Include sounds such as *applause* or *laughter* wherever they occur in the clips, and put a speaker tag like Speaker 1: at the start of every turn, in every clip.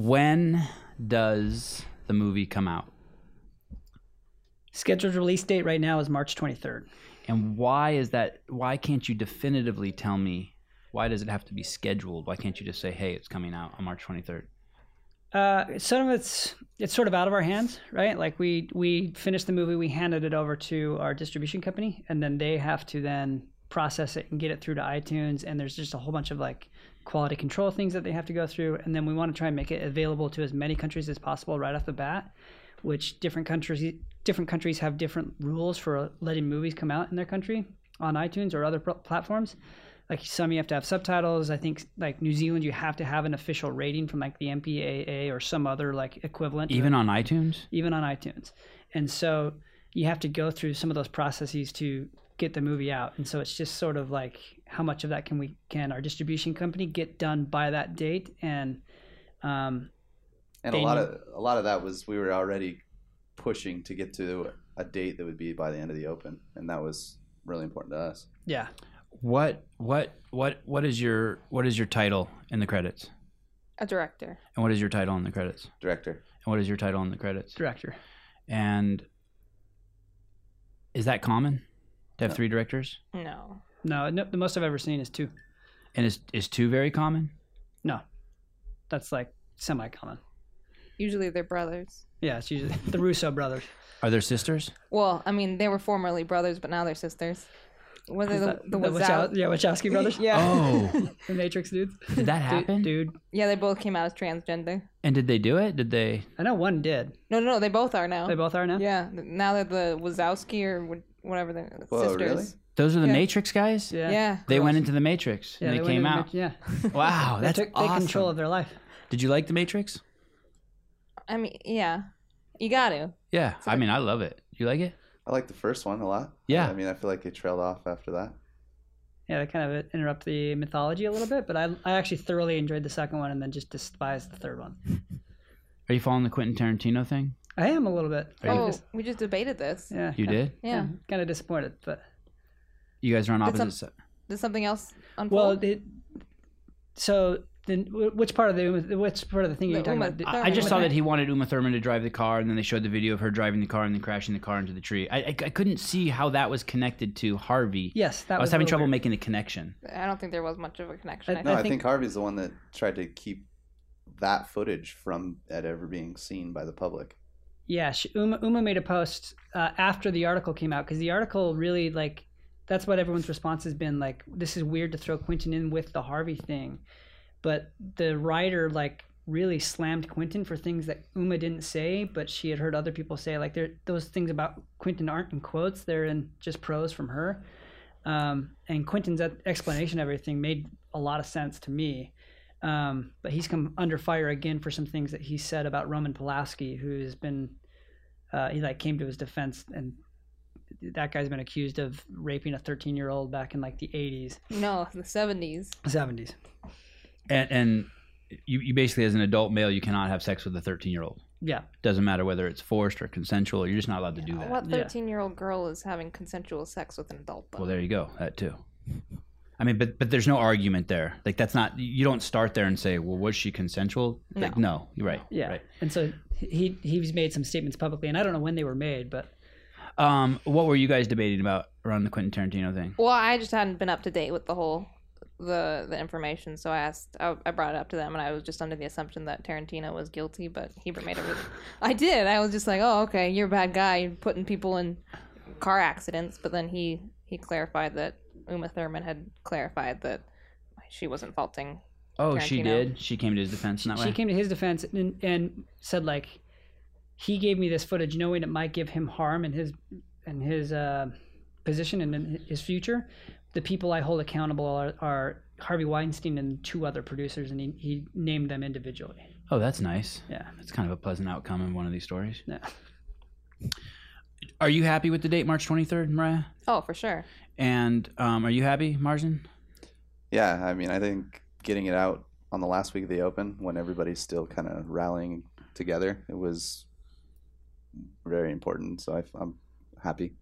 Speaker 1: When does the movie come out?
Speaker 2: Scheduled release date right now is March 23rd.
Speaker 1: And why is that? Why can't you definitively tell me? Why does it have to be scheduled? Why can't you just say, "Hey, it's coming out on March 23rd"?
Speaker 2: Uh, some of it's it's sort of out of our hands, right? Like we we finished the movie, we handed it over to our distribution company, and then they have to then process it and get it through to iTunes. And there's just a whole bunch of like quality control things that they have to go through. And then we want to try and make it available to as many countries as possible right off the bat, which different countries different countries have different rules for letting movies come out in their country on iTunes or other pro- platforms. Like some you have to have subtitles. I think like New Zealand you have to have an official rating from like the MPAA or some other like equivalent.
Speaker 1: Even on iTunes?
Speaker 2: even on iTunes. And so you have to go through some of those processes to get the movie out. And so it's just sort of like how much of that can we can our distribution company get done by that date? And um,
Speaker 3: And a
Speaker 2: They
Speaker 3: lot
Speaker 2: knew-
Speaker 3: of a lot of that was we were already pushing to get to a date that would be by the end of the open, and that was really important to us.
Speaker 2: yeah,
Speaker 1: What what what what is your what is your title in the credits?
Speaker 4: A director.
Speaker 1: And what is your title in the credits?
Speaker 3: Director,
Speaker 1: And what is your title in the credits?
Speaker 2: director.
Speaker 1: And is that common to have
Speaker 3: No.
Speaker 1: three directors?
Speaker 4: No.
Speaker 2: No, no, the most I've ever seen is two.
Speaker 1: And is is two very common?
Speaker 2: No, that's like semi common.
Speaker 4: Usually they're brothers.
Speaker 2: Yeah, it's usually the Russo brothers.
Speaker 1: Are there sisters?
Speaker 4: Well, I mean, they were formerly brothers, but now they're sisters. Whether
Speaker 2: Is
Speaker 4: the
Speaker 2: that-
Speaker 4: the Wazow-
Speaker 2: Wachow- yeah, Wachowski brothers.
Speaker 4: *laughs* Yeah.
Speaker 1: Oh, *laughs*
Speaker 2: the Matrix dudes.
Speaker 1: did that happen?
Speaker 2: Dude, dude,
Speaker 4: Yeah, they both came out as transgender.
Speaker 1: And did they do it? Did they?
Speaker 2: I know one did.
Speaker 4: No, no, no, they both are now.
Speaker 2: They both are now.
Speaker 4: Oh. Yeah, th- now they're the Wazowski or wh- whatever they're
Speaker 3: Whoa,
Speaker 4: sisters.
Speaker 3: really?
Speaker 1: Those are the
Speaker 4: Yeah.
Speaker 1: Matrix guys.
Speaker 2: Yeah.
Speaker 4: Yeah.
Speaker 1: They went into the Matrix
Speaker 2: Yeah,
Speaker 1: and they,
Speaker 2: went
Speaker 1: came
Speaker 2: to the
Speaker 1: out.
Speaker 2: Matrix- Yeah,
Speaker 1: Wow, that's
Speaker 2: *laughs* they took they
Speaker 1: awesome.
Speaker 2: control of their life.
Speaker 1: Did you like the Matrix?
Speaker 4: I mean, yeah, you got to.
Speaker 1: Yeah, I mean, I love it. You like it?
Speaker 3: I like the first one a lot.
Speaker 1: Yeah.
Speaker 3: I mean, I feel like it trailed off after that.
Speaker 2: Yeah, that kind of interrupt the mythology a little bit, but I, I actually thoroughly enjoyed the second one and then just despised the third one.
Speaker 1: Are you following the Quentin Tarantino thing?
Speaker 2: I am a little bit.
Speaker 1: Are you-
Speaker 4: Oh, we just debated this.
Speaker 2: yeah,
Speaker 1: You
Speaker 2: kind
Speaker 1: did?
Speaker 4: Yeah.
Speaker 2: kind of disappointed, but
Speaker 1: You guys are on
Speaker 4: That's
Speaker 1: opposite
Speaker 4: some-
Speaker 1: sides.
Speaker 4: Did something else
Speaker 2: well,
Speaker 4: unfold?
Speaker 2: it, so then wh- which part of the which part of the thing are
Speaker 4: The
Speaker 2: you talking
Speaker 4: Uma-
Speaker 2: about? Did-
Speaker 1: I, I
Speaker 4: Thurman
Speaker 1: just
Speaker 4: was
Speaker 1: saw
Speaker 4: in
Speaker 1: that
Speaker 4: it.
Speaker 1: he wanted Uma Thurman to drive the car, and then they showed the video of her driving the car and then crashing the car into the tree. I, I, I couldn't see how that was connected to Harvey.
Speaker 2: yes, that
Speaker 1: I
Speaker 2: was,
Speaker 1: was,
Speaker 2: a
Speaker 1: having
Speaker 2: little
Speaker 1: trouble
Speaker 2: weird.
Speaker 1: making the connection.
Speaker 4: I don't think there was much of a connection.
Speaker 2: I-
Speaker 4: I
Speaker 3: No, I
Speaker 4: think.
Speaker 3: think,
Speaker 2: think-
Speaker 3: Harvey's the one that tried to keep that footage from it ever being seen by the public.
Speaker 2: Yeah, she, Uma, Uma made a post uh, after the article came out because the article really like that's what everyone's response has been like. This is weird to throw Quentin in with the Harvey thing, but the writer like really slammed Quentin for things that Uma didn't say, but she had heard other people say. Like there, those things about Quentin aren't in quotes; they're in just prose from her. Um, and Quentin's explanation of everything made a lot of sense to me. Um, but he's come under fire again for some things that he said about Roman Pulaski, who's been uh, he like came to his defense, and that guy's been accused of raping a 13 year old back in like the 80s,
Speaker 4: No, the seventies.
Speaker 2: 70s.
Speaker 1: And, and you, you basically, as an adult male, you cannot have sex with a 13 year old.
Speaker 2: Yeah,
Speaker 1: Doesn't matter whether it's forced or consensual, you're just not allowed to do that.
Speaker 4: What
Speaker 2: Yeah.
Speaker 4: thirteen-year-old girl is having consensual sex with an adult? Though?
Speaker 1: Well, there you go. That too. *laughs* I mean, but but there's no argument there. Like that's not you don't start there and say, well, was she consensual? Like no, you're right.
Speaker 2: yeah.
Speaker 1: Right.
Speaker 2: And so he he's made some statements publicly, and I don't know when they were made, but
Speaker 1: Um, what were you guys debating about around the Quentin Tarantino thing?
Speaker 4: Well, I just hadn't been up to date with the whole the the information, so I asked. I, I brought it up to them, and I was just under the assumption that Tarantino was guilty, but Hebert made it. Really, I did. I was just like, "Oh, okay, you're a bad guy. You're putting people in car accidents." But then he he clarified that Uma Thurman had clarified that she wasn't faulting.
Speaker 1: Oh, she
Speaker 4: Tarantino.
Speaker 1: did. She came to his defense in that
Speaker 2: she
Speaker 1: way.
Speaker 2: came to his defense and, and said like he gave me this footage knowing it might give him harm in his in his uh, position and in his future the people i hold accountable are, are harvey weinstein and two other producers and he, he named them individually
Speaker 1: oh, that's nice.
Speaker 2: yeah
Speaker 1: That's kind of a pleasant outcome in one of these stories.
Speaker 2: no.
Speaker 1: Are you happy with the date, March 23rd, Mariah?
Speaker 4: Oh, for sure.
Speaker 1: And um, are you happy, Marzen?
Speaker 3: Yeah, I mean, I think getting it out on the last week of the open when everybody's still kind of rallying together, it was very important. So I, I'm happy.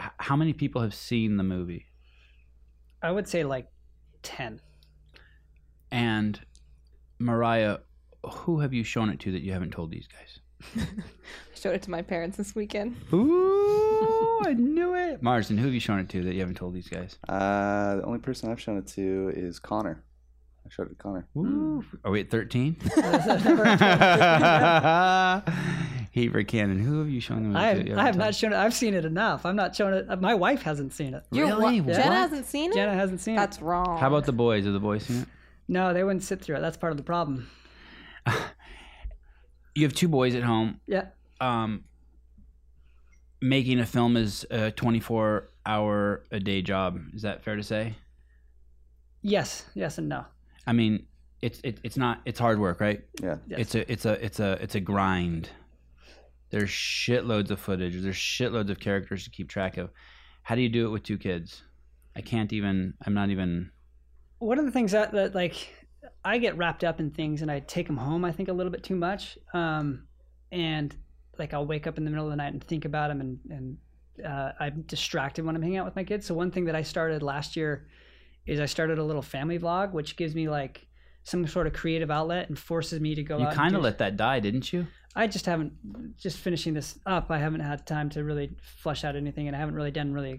Speaker 1: H- how many people have seen the movie?
Speaker 2: i would say like 10
Speaker 1: And Mariah, who have you shown it to that you haven't told these guys?
Speaker 4: Showed it to my parents this weekend.
Speaker 1: Ooh, I knew *laughs* it. Marsden, who have you shown it to that you haven't told these guys?
Speaker 3: Uh, the only person I've shown it to is Connor. I showed it to Connor.
Speaker 1: Ooh. Are we at
Speaker 2: *laughs*
Speaker 1: 13? *laughs* Heaver Cannon, who have you shown them
Speaker 2: I
Speaker 1: to? that you
Speaker 2: have, I have
Speaker 1: haven't
Speaker 2: not shown it. I've seen it enough. I'm not showing it. Uh, My wife hasn't seen it.
Speaker 4: Your
Speaker 1: Really?
Speaker 4: wa-
Speaker 1: What?
Speaker 4: Jenna hasn't seen it.
Speaker 2: Jenna hasn't seen
Speaker 4: That's wrong.
Speaker 1: told? How about the boys? Have the boys seen it?
Speaker 2: it. No, they wouldn't sit through it. That's part of the problem.
Speaker 1: *laughs* You have two boys at home.
Speaker 2: Yeah.
Speaker 1: Um, making a film is a 24 hour a day job. Is that fair to say?
Speaker 2: Yes. Yes and no.
Speaker 1: I mean, it's it, it's not it's hard work, right?
Speaker 3: Yeah.
Speaker 2: Yes.
Speaker 1: It's a it's a it's a it's a grind. There's shitloads of footage. There's shitloads of characters to keep track of. How do you do it with two kids? I can't even. I'm not even.
Speaker 2: one of the things that, that like I get wrapped up in things and I take them home I think a little bit too much um, and like I'll wake up in the middle of the night and think about them and and uh, I'm distracted when I'm hanging out with my kids so one thing that I started last year is I started a little family vlog which gives me like some sort of creative outlet and forces me to go
Speaker 1: You
Speaker 2: out and
Speaker 1: kind of
Speaker 2: do-
Speaker 1: let that die, didn't you?
Speaker 2: I just haven't just finishing this up. I haven't had time to really flush out anything, and I haven't really done really.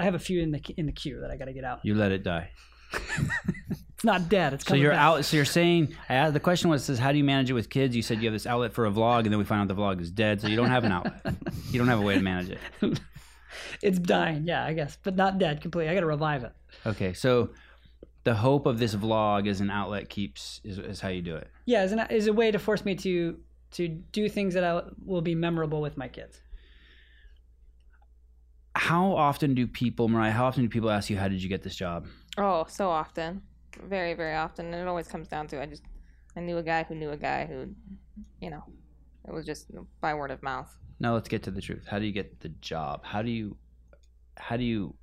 Speaker 2: I have a few in the in the queue that I got to get out.
Speaker 1: You let it die.
Speaker 2: It's not dead. It's
Speaker 1: So
Speaker 2: coming
Speaker 1: you're
Speaker 2: back.
Speaker 1: out. So you're saying I asked- the question was: Says how do you manage it with kids? You said you have this outlet for a vlog, and then we find out the vlog is dead. So you don't have an outlet. you don't have a way to manage it.
Speaker 2: *laughs* it's dying yeah i guess but not dead completely i gotta revive it
Speaker 1: Okay, so the hope of this vlog as an outlet keeps is, is how you do it.
Speaker 2: yeah is, an, is a way to force me to to do things that i will be memorable with my kids
Speaker 1: How often do people, Mariah? How often do people ask you how did you get this job?
Speaker 4: Oh, so often, very very often, and it always comes down to I just I knew a guy who knew a guy who, you know, it was just by word of mouth.
Speaker 1: Now let's get to the truth. How do you get the job? How do you how do you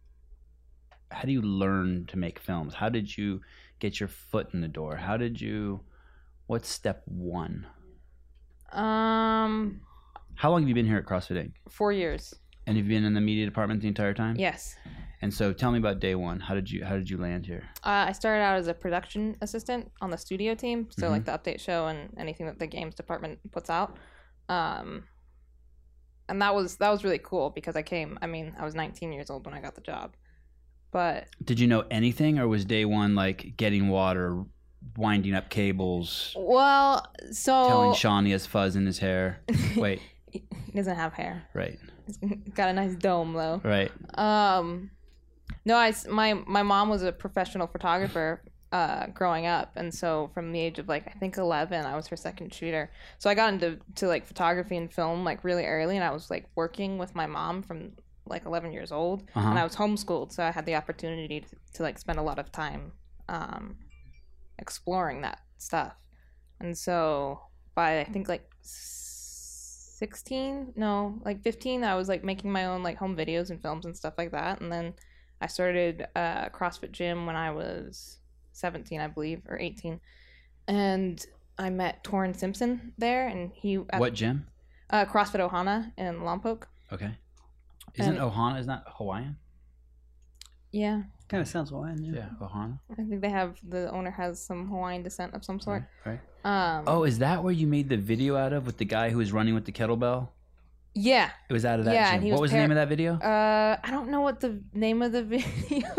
Speaker 1: how do you learn to make films? How did you get your foot in the door? How did you what's step 1?
Speaker 4: Um,
Speaker 1: How long have you been here at CrossFit Inc?
Speaker 4: four years.
Speaker 1: And you've been in the media department the entire time?
Speaker 4: Yes,
Speaker 1: And so tell me about day 1. How did you how did you land here?
Speaker 4: uh, I started out as a production assistant on the studio team, so
Speaker 1: Mhm.
Speaker 4: like the update show and anything that the games department puts out. Um, and that was that was really cool because I came. I mean, I was 19 years old when I got the job, but
Speaker 1: Did you know anything or was day 1 like getting water, winding up cables,
Speaker 4: well,
Speaker 1: telling
Speaker 4: so
Speaker 1: Sean he has fuzz in his
Speaker 4: *laughs*
Speaker 1: hair? Wait,
Speaker 4: he doesn't have hair. *laughs*
Speaker 1: right.
Speaker 4: He's got a nice dome though.
Speaker 1: Right.
Speaker 4: Um, no, I s- my my mom was a professional photographer uh, growing up, and so from the age of like I think eleven, I was her second shooter. So I got into to like photography and film like really early, and I was like working with my mom from like eleven years old,
Speaker 1: Uh-huh.
Speaker 4: and I was homeschooled, so I had the opportunity to, to like spend a lot of time um, exploring that stuff, and so by I think like. 16 no like 15 i was like making my own like home videos and films and stuff like that and then i started uh crossfit gym when i was 17 i believe or 18 and i met torrin simpson there and he at
Speaker 1: what gym?
Speaker 4: uh, crossfit ohana in lompoc
Speaker 1: Okay. Isn't
Speaker 4: And-
Speaker 1: Ohana isn't that Hawaiian?
Speaker 4: yeah
Speaker 2: kind of sounds Hawaiian. yeah.
Speaker 1: Ohana.
Speaker 4: i think they have the owner has some hawaiian descent of some sort
Speaker 1: Right, right.
Speaker 4: um
Speaker 1: Mm-hmm. Oh, is that where you made the video out of with the guy who was running with the kettlebell?
Speaker 4: yeah
Speaker 1: It was out of that
Speaker 4: Yeah,
Speaker 1: gym.
Speaker 4: he
Speaker 1: what was
Speaker 4: was
Speaker 1: the
Speaker 4: par-
Speaker 1: name of that video?
Speaker 4: uh i don't know what the name of the *laughs* video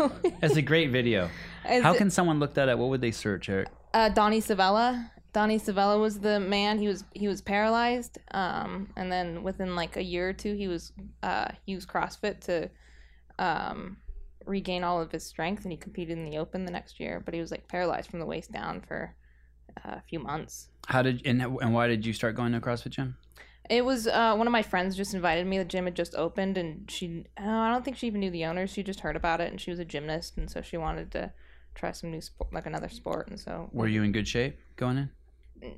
Speaker 1: That's a great video.
Speaker 4: *laughs* is.
Speaker 1: How
Speaker 4: It-
Speaker 1: can someone look that up? What would they search, Eric?
Speaker 4: uh, Donnie Savella. Donnie Savella was the man. He was he was paralyzed, um, and then within like a year or two, he was uh, he used CrossFit to um, regain all of his strength, and he competed in the Open the next year. But he was like paralyzed from the waist down for uh, a few months.
Speaker 1: How did and, and why did you start going to a CrossFit gym?
Speaker 4: It was uh, one of my friends just invited me. The gym had just opened, and she oh, I don't think she even knew the owner. She just heard about it, and she was a gymnast, and so she wanted to try some new sport, like another sport, and so
Speaker 1: Were you in good shape going in?
Speaker 4: *sighs*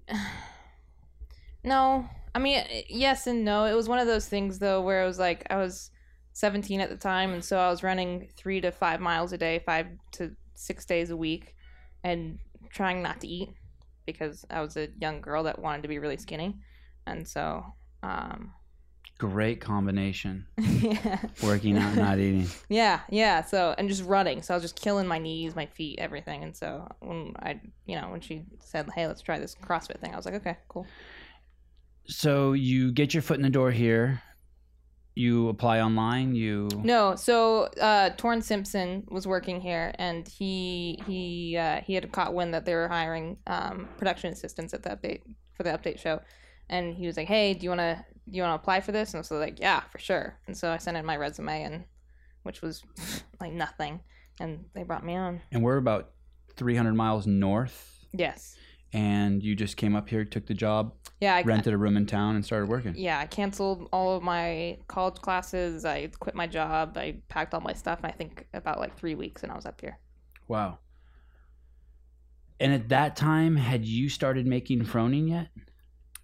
Speaker 4: No, I mean yes and no. It was one of those things though where it was like I was 17 at the time, and so I was running three to five miles a day, five to six days a week, and trying not to eat because I was a young girl that wanted to be really skinny, and so um,
Speaker 1: great combination.
Speaker 4: *laughs* yeah.
Speaker 1: Working out, not eating.
Speaker 4: *laughs* Yeah, yeah. So and just running. So I was just killing my knees, my feet, everything. And so when I, you know, when she said, "Hey, let's try this CrossFit thing," I was like, "Okay, cool."
Speaker 1: So you get your foot in the door here. You apply online. You
Speaker 4: No, so uh, Torn Simpson was working here, and he he uh, he had caught wind that they were hiring um, production assistants at the update for the update show, and he was like, "Hey, do you wanna do you wanna apply for this?" And so like, "Yeah, for sure." And so I sent in my resume, and which was *laughs* like nothing, and they brought me on.
Speaker 1: and we're about 300 miles north,
Speaker 4: Yes,
Speaker 1: and you just came up here, took the job,
Speaker 4: yeah, I,
Speaker 1: rented a room in town, and started working.
Speaker 4: yeah, I canceled all of my college classes. I quit my job. I packed all my stuff. And I think about like three weeks, and I was up here.
Speaker 1: Wow. And at that time, had you started making Froning yet?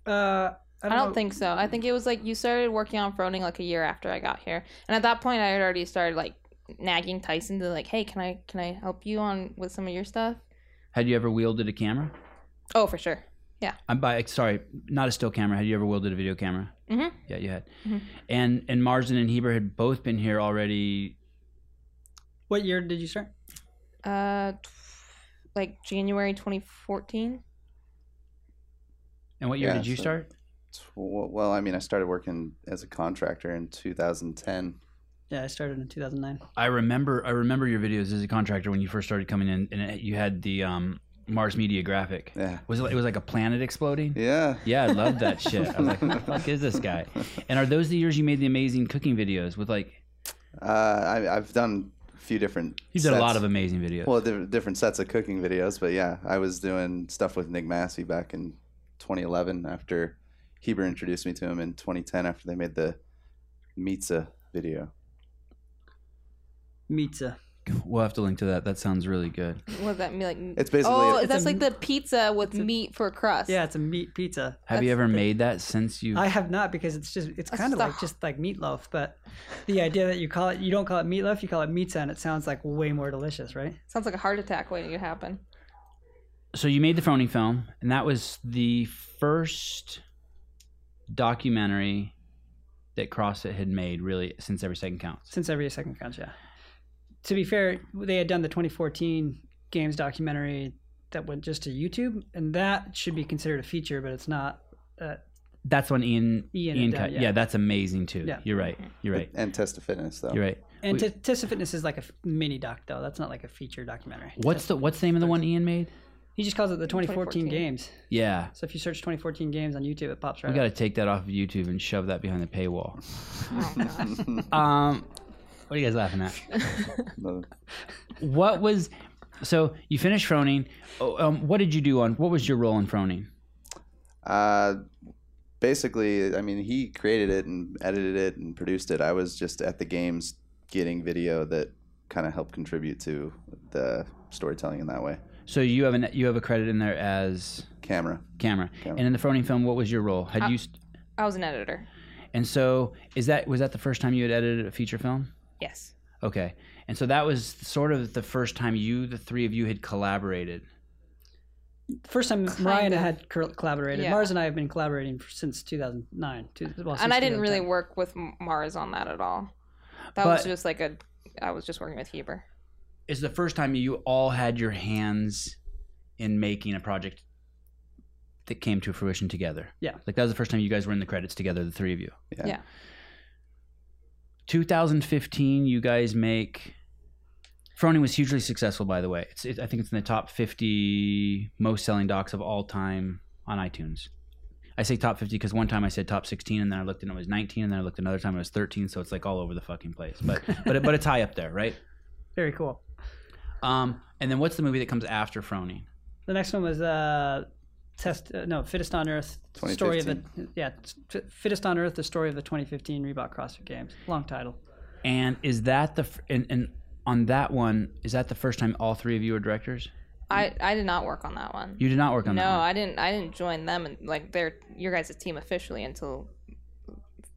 Speaker 2: Uh,
Speaker 4: I don't, think so. I think it was like you started working on Froning like a year after I got here, and at that point, I had already started like nagging Tyson to like, "Hey, can I can I help you on with some of your stuff?"
Speaker 1: Had you ever wielded a camera?
Speaker 4: Oh, for sure.
Speaker 1: I'm by sorry, not a still camera. Had you ever wielded a video camera?
Speaker 4: Mhm.
Speaker 1: Yeah, you had.
Speaker 4: Mhm.
Speaker 1: And and Marsden and Heber had both been here already.
Speaker 2: What year did you start?
Speaker 4: Uh, t- like January 2014.
Speaker 1: And what year
Speaker 3: Yeah,
Speaker 1: did you
Speaker 3: so-
Speaker 1: start?
Speaker 3: Tw- Well, I mean, I started working as a contractor in 2010.
Speaker 2: Yeah, I started in 2009.
Speaker 1: I remember I remember your videos as a contractor when you first started coming in, and it, you had the um, Mars Media graphic.
Speaker 3: Yeah.
Speaker 1: Was it like- it was like a planet exploding?
Speaker 3: Yeah.
Speaker 1: Yeah, I love
Speaker 3: *laughs*
Speaker 1: that shit. I was like, "Who the fuck is this guy?" And are those the years you made the amazing cooking videos with like
Speaker 3: Uh, I, I've done a few different.
Speaker 1: you did a lot
Speaker 3: sets-
Speaker 1: of amazing videos?
Speaker 3: Well, di- different sets of cooking videos, but yeah, I was doing stuff with Nick Massey back in 2011 after Heber introduced me to him in 2010 after they made the Mitza video.
Speaker 2: Pizza.
Speaker 1: we'll have to link to that. That sounds really good.
Speaker 4: What does that mean? Like,
Speaker 3: It's basically-
Speaker 4: oh,
Speaker 3: It's
Speaker 4: that's
Speaker 2: a-
Speaker 4: like the pizza with
Speaker 2: it's a-
Speaker 4: meat for crust.
Speaker 2: Yeah, it's a meat pizza.
Speaker 1: Have you ever made that since you?
Speaker 2: I have not because it's just it's
Speaker 4: That's
Speaker 2: kind of
Speaker 4: the-
Speaker 2: like just like meatloaf, but the idea that you call it you don't call it meatloaf, you call it pizza, and it sounds like way more delicious, right?
Speaker 4: sounds like a heart attack waiting
Speaker 2: *laughs*
Speaker 4: to happen.
Speaker 1: so you made the Froning film, and that was the first documentary that CrossFit had made, really, since Every Second Counts.
Speaker 2: Since every second counts, yeah. To be fair, they had done the 2014 games documentary that went just to YouTube, and that should be considered a feature, but it's not.
Speaker 1: That's when Ian
Speaker 2: Ian
Speaker 1: Ian,
Speaker 2: had done,
Speaker 1: cut. Yeah.
Speaker 2: yeah.
Speaker 1: that's amazing too.
Speaker 2: Yeah.
Speaker 1: You're right. You're right.
Speaker 3: And Test of Fitness, though.
Speaker 1: You're right.
Speaker 2: And
Speaker 1: We-
Speaker 2: T- Test of Fitness is like a f- mini doc, though. That's not like a feature documentary.
Speaker 1: What's
Speaker 2: Test-
Speaker 1: the What's the name of the one Ian made?
Speaker 2: He just calls it the 2014,
Speaker 4: 2014.
Speaker 2: games.
Speaker 1: Yeah,
Speaker 2: So if you search 2014 games on YouTube, it pops right
Speaker 1: we
Speaker 2: up.
Speaker 1: got to take that off of YouTube and shove that behind the paywall.
Speaker 4: Oh gosh.
Speaker 1: Um, what are you guys laughing at?
Speaker 3: The-
Speaker 1: What was so you finished Froning? Oh, um, what did you do on? What was your role in Froning?
Speaker 3: Uh, basically, I mean, he created it and edited it and produced it. I was just at the games getting video that kind of helped contribute to the storytelling in that way.
Speaker 1: So you have an you have a credit in there as
Speaker 3: Camera.
Speaker 1: camera.
Speaker 3: Camera.
Speaker 1: And in the Froning film, what was your role? Had you st-
Speaker 4: I was an editor.
Speaker 1: and so is that was that the first time you had edited a feature film?
Speaker 4: Yes.
Speaker 1: Okay, and so that was sort of the first time you, the three of you, had collaborated.
Speaker 2: First time
Speaker 4: Kind
Speaker 2: Mariah and I
Speaker 4: of.
Speaker 2: had cor- collaborated.
Speaker 4: Yeah.
Speaker 2: Mars and I have been collaborating for, since 2009. Two, well, since
Speaker 4: and I didn't really
Speaker 2: 2010.
Speaker 4: work with M- Mars on that at all. That was
Speaker 1: But-
Speaker 4: just like a. I was just working with Heber.
Speaker 1: It's the first time you all had your hands in making a project that came to fruition together.
Speaker 2: Yeah.
Speaker 1: like that was the first time you guys were in the credits together, the three of you.
Speaker 3: Yeah.
Speaker 4: Yeah.
Speaker 1: 2015, you guys make. Froning was hugely successful, by the way. It's, it, I think it's in the top 50 most selling docs of all time on iTunes. I say top 50 because one time I said top 16, and then I looked and it was 19, and then I looked another time it was 13. So it's like all over the fucking place. But but it, but it's high up there, right?
Speaker 2: Very cool.
Speaker 1: Um, and then what's the movie that comes after Froning?
Speaker 2: The next one was uh, test. Uh, no, fittest on earth. Story of the yeah, F- fittest on earth. The story of the 2015 Reebok CrossFit Games. Long title.
Speaker 1: And is that the f- and, and on that one is that the first time all three of you were directors?
Speaker 4: I I did not work on that one.
Speaker 1: You did not work on
Speaker 4: no,
Speaker 1: that. one.
Speaker 4: I didn't. I didn't join them and like their your guys' team officially until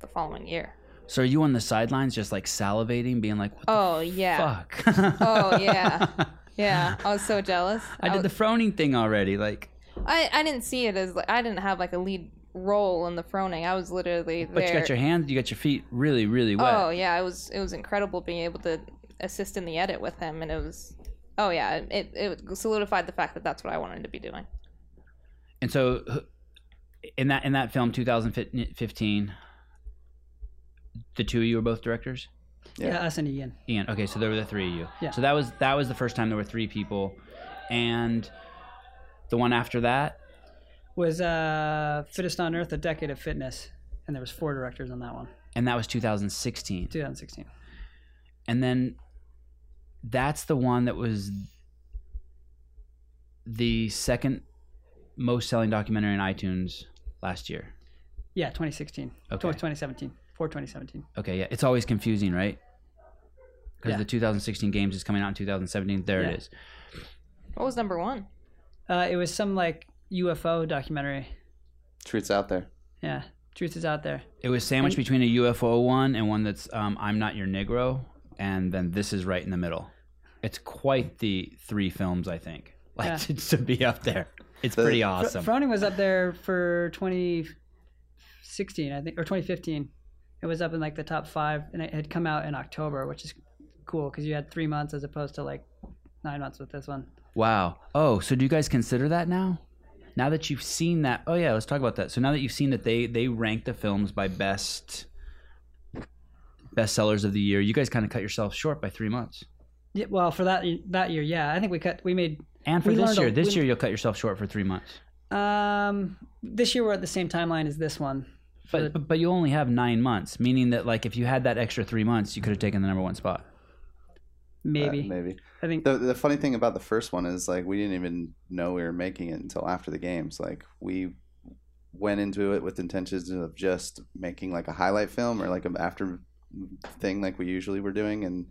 Speaker 4: the following year.
Speaker 1: So are you on the sidelines just like salivating, being like, what the
Speaker 4: Oh yeah,
Speaker 1: fuck?
Speaker 4: Oh, yeah. Oh. yeah. I was so jealous.
Speaker 1: *laughs* I
Speaker 4: I,
Speaker 1: did the
Speaker 4: was-
Speaker 1: frowning thing already. Like,
Speaker 4: I, I didn't see it as like I didn't have like a lead role in the Froning. I was literally there.
Speaker 1: But you got your hands, you got your feet really, really wet.
Speaker 4: Oh yeah, it was it was incredible being able to assist in the edit with him, and it was oh yeah, it it solidified the fact that that's what I wanted to be doing.
Speaker 1: And so, h- in that in that film, 2015, the two of you were both directors.
Speaker 3: Yeah.
Speaker 2: Yeah, us and E Ian.
Speaker 1: Ian. Okay, so there were the three of you.
Speaker 2: Yeah.
Speaker 1: So that was that was the first time there were three people, and the one after that.
Speaker 2: Was uh, Fittest on Earth, A Decade of Fitness. And there was four directors on that one,
Speaker 1: And that was 2016.
Speaker 2: 2016.
Speaker 1: and then that's the one that was the second most selling documentary on iTunes last year.
Speaker 2: Yeah, 2016.
Speaker 1: Okay.
Speaker 2: 2017. For 2017.
Speaker 1: Okay, yeah, it's always confusing, right? Because
Speaker 2: Yeah.
Speaker 1: the 2016 games is coming out in 2017. There
Speaker 2: Yeah.
Speaker 1: it is.
Speaker 4: What was number one?
Speaker 2: Uh, it was some like UFO documentary.
Speaker 3: Truth's out there.
Speaker 2: Yeah, Truth is Out There.
Speaker 1: It was sandwiched
Speaker 2: And-
Speaker 1: between a UFO one and one that's um, I'm Not Your Negro, and then this is right in the middle. It's quite the three films, I think, *laughs* like
Speaker 2: Yeah.
Speaker 1: to, to be up there. It's
Speaker 3: The-
Speaker 1: pretty
Speaker 2: Fr-
Speaker 1: awesome.
Speaker 2: Froning was up there for 2016, I think, or 2015. It was up in like the top five, and it had come out in October, which is cool because you had three months as opposed to like nine months with this one.
Speaker 1: Wow. Oh, so do you guys consider that now? Now that you've seen that, oh yeah, let's talk about that. So now that you've seen that they they rank the films by best bestsellers of the year, you guys kind of cut yourself short by three months.
Speaker 2: Yeah, well, for that that year, yeah, I think we cut. We made
Speaker 1: And for
Speaker 2: We
Speaker 1: this
Speaker 2: learned a-
Speaker 1: year, this
Speaker 2: we-
Speaker 1: year you'll cut yourself short for three months.
Speaker 2: um this year we're at the same timeline as this one. For
Speaker 1: But, but but you only have nine months, meaning that like if you had that extra three months, you could have taken the number one spot.
Speaker 3: Uh,
Speaker 2: maybe
Speaker 3: maybe.
Speaker 2: I think
Speaker 3: The, the funny thing about the first one is like we didn't even know we were making it until after the games. Like we went into it with intentions of just making like a highlight film or like an after thing like we usually were doing. And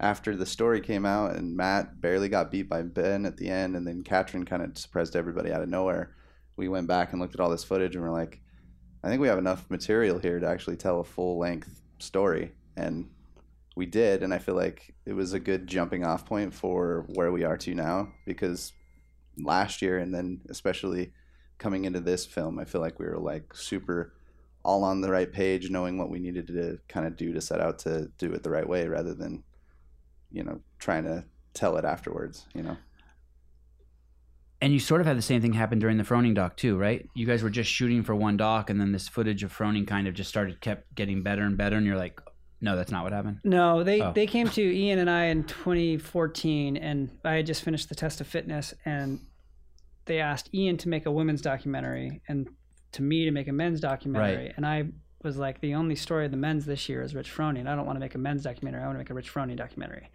Speaker 3: after the story came out and Matt barely got beat by Ben at the end, and then Katrin kind of surprised everybody out of nowhere. We went back and looked at all this footage and we're like, I think we have enough material here to actually tell a full length story. And we did and i feel like it was a good jumping off point for where we are to now because last year and then especially coming into this film i feel like we were like super all on the right page knowing what we needed to kind of do to set out to do it the right way rather than you know trying to tell it afterwards you know
Speaker 1: And you sort of had the same thing happen during the Froning doc too, right? You guys were just shooting for one doc, and then this footage of Froning kind of just started kept getting better and better, and you're like, no, that's not what happened.
Speaker 2: No, they
Speaker 1: Oh.
Speaker 2: they came to Ian and I in 2014, and I had just finished the test of fitness, and they asked Ian to make a women's documentary and to me to make a men's documentary, and I was like, the only story of the men's this year is Rich Froning. and I don't want to make a men's documentary. I want to make a Rich Froning documentary.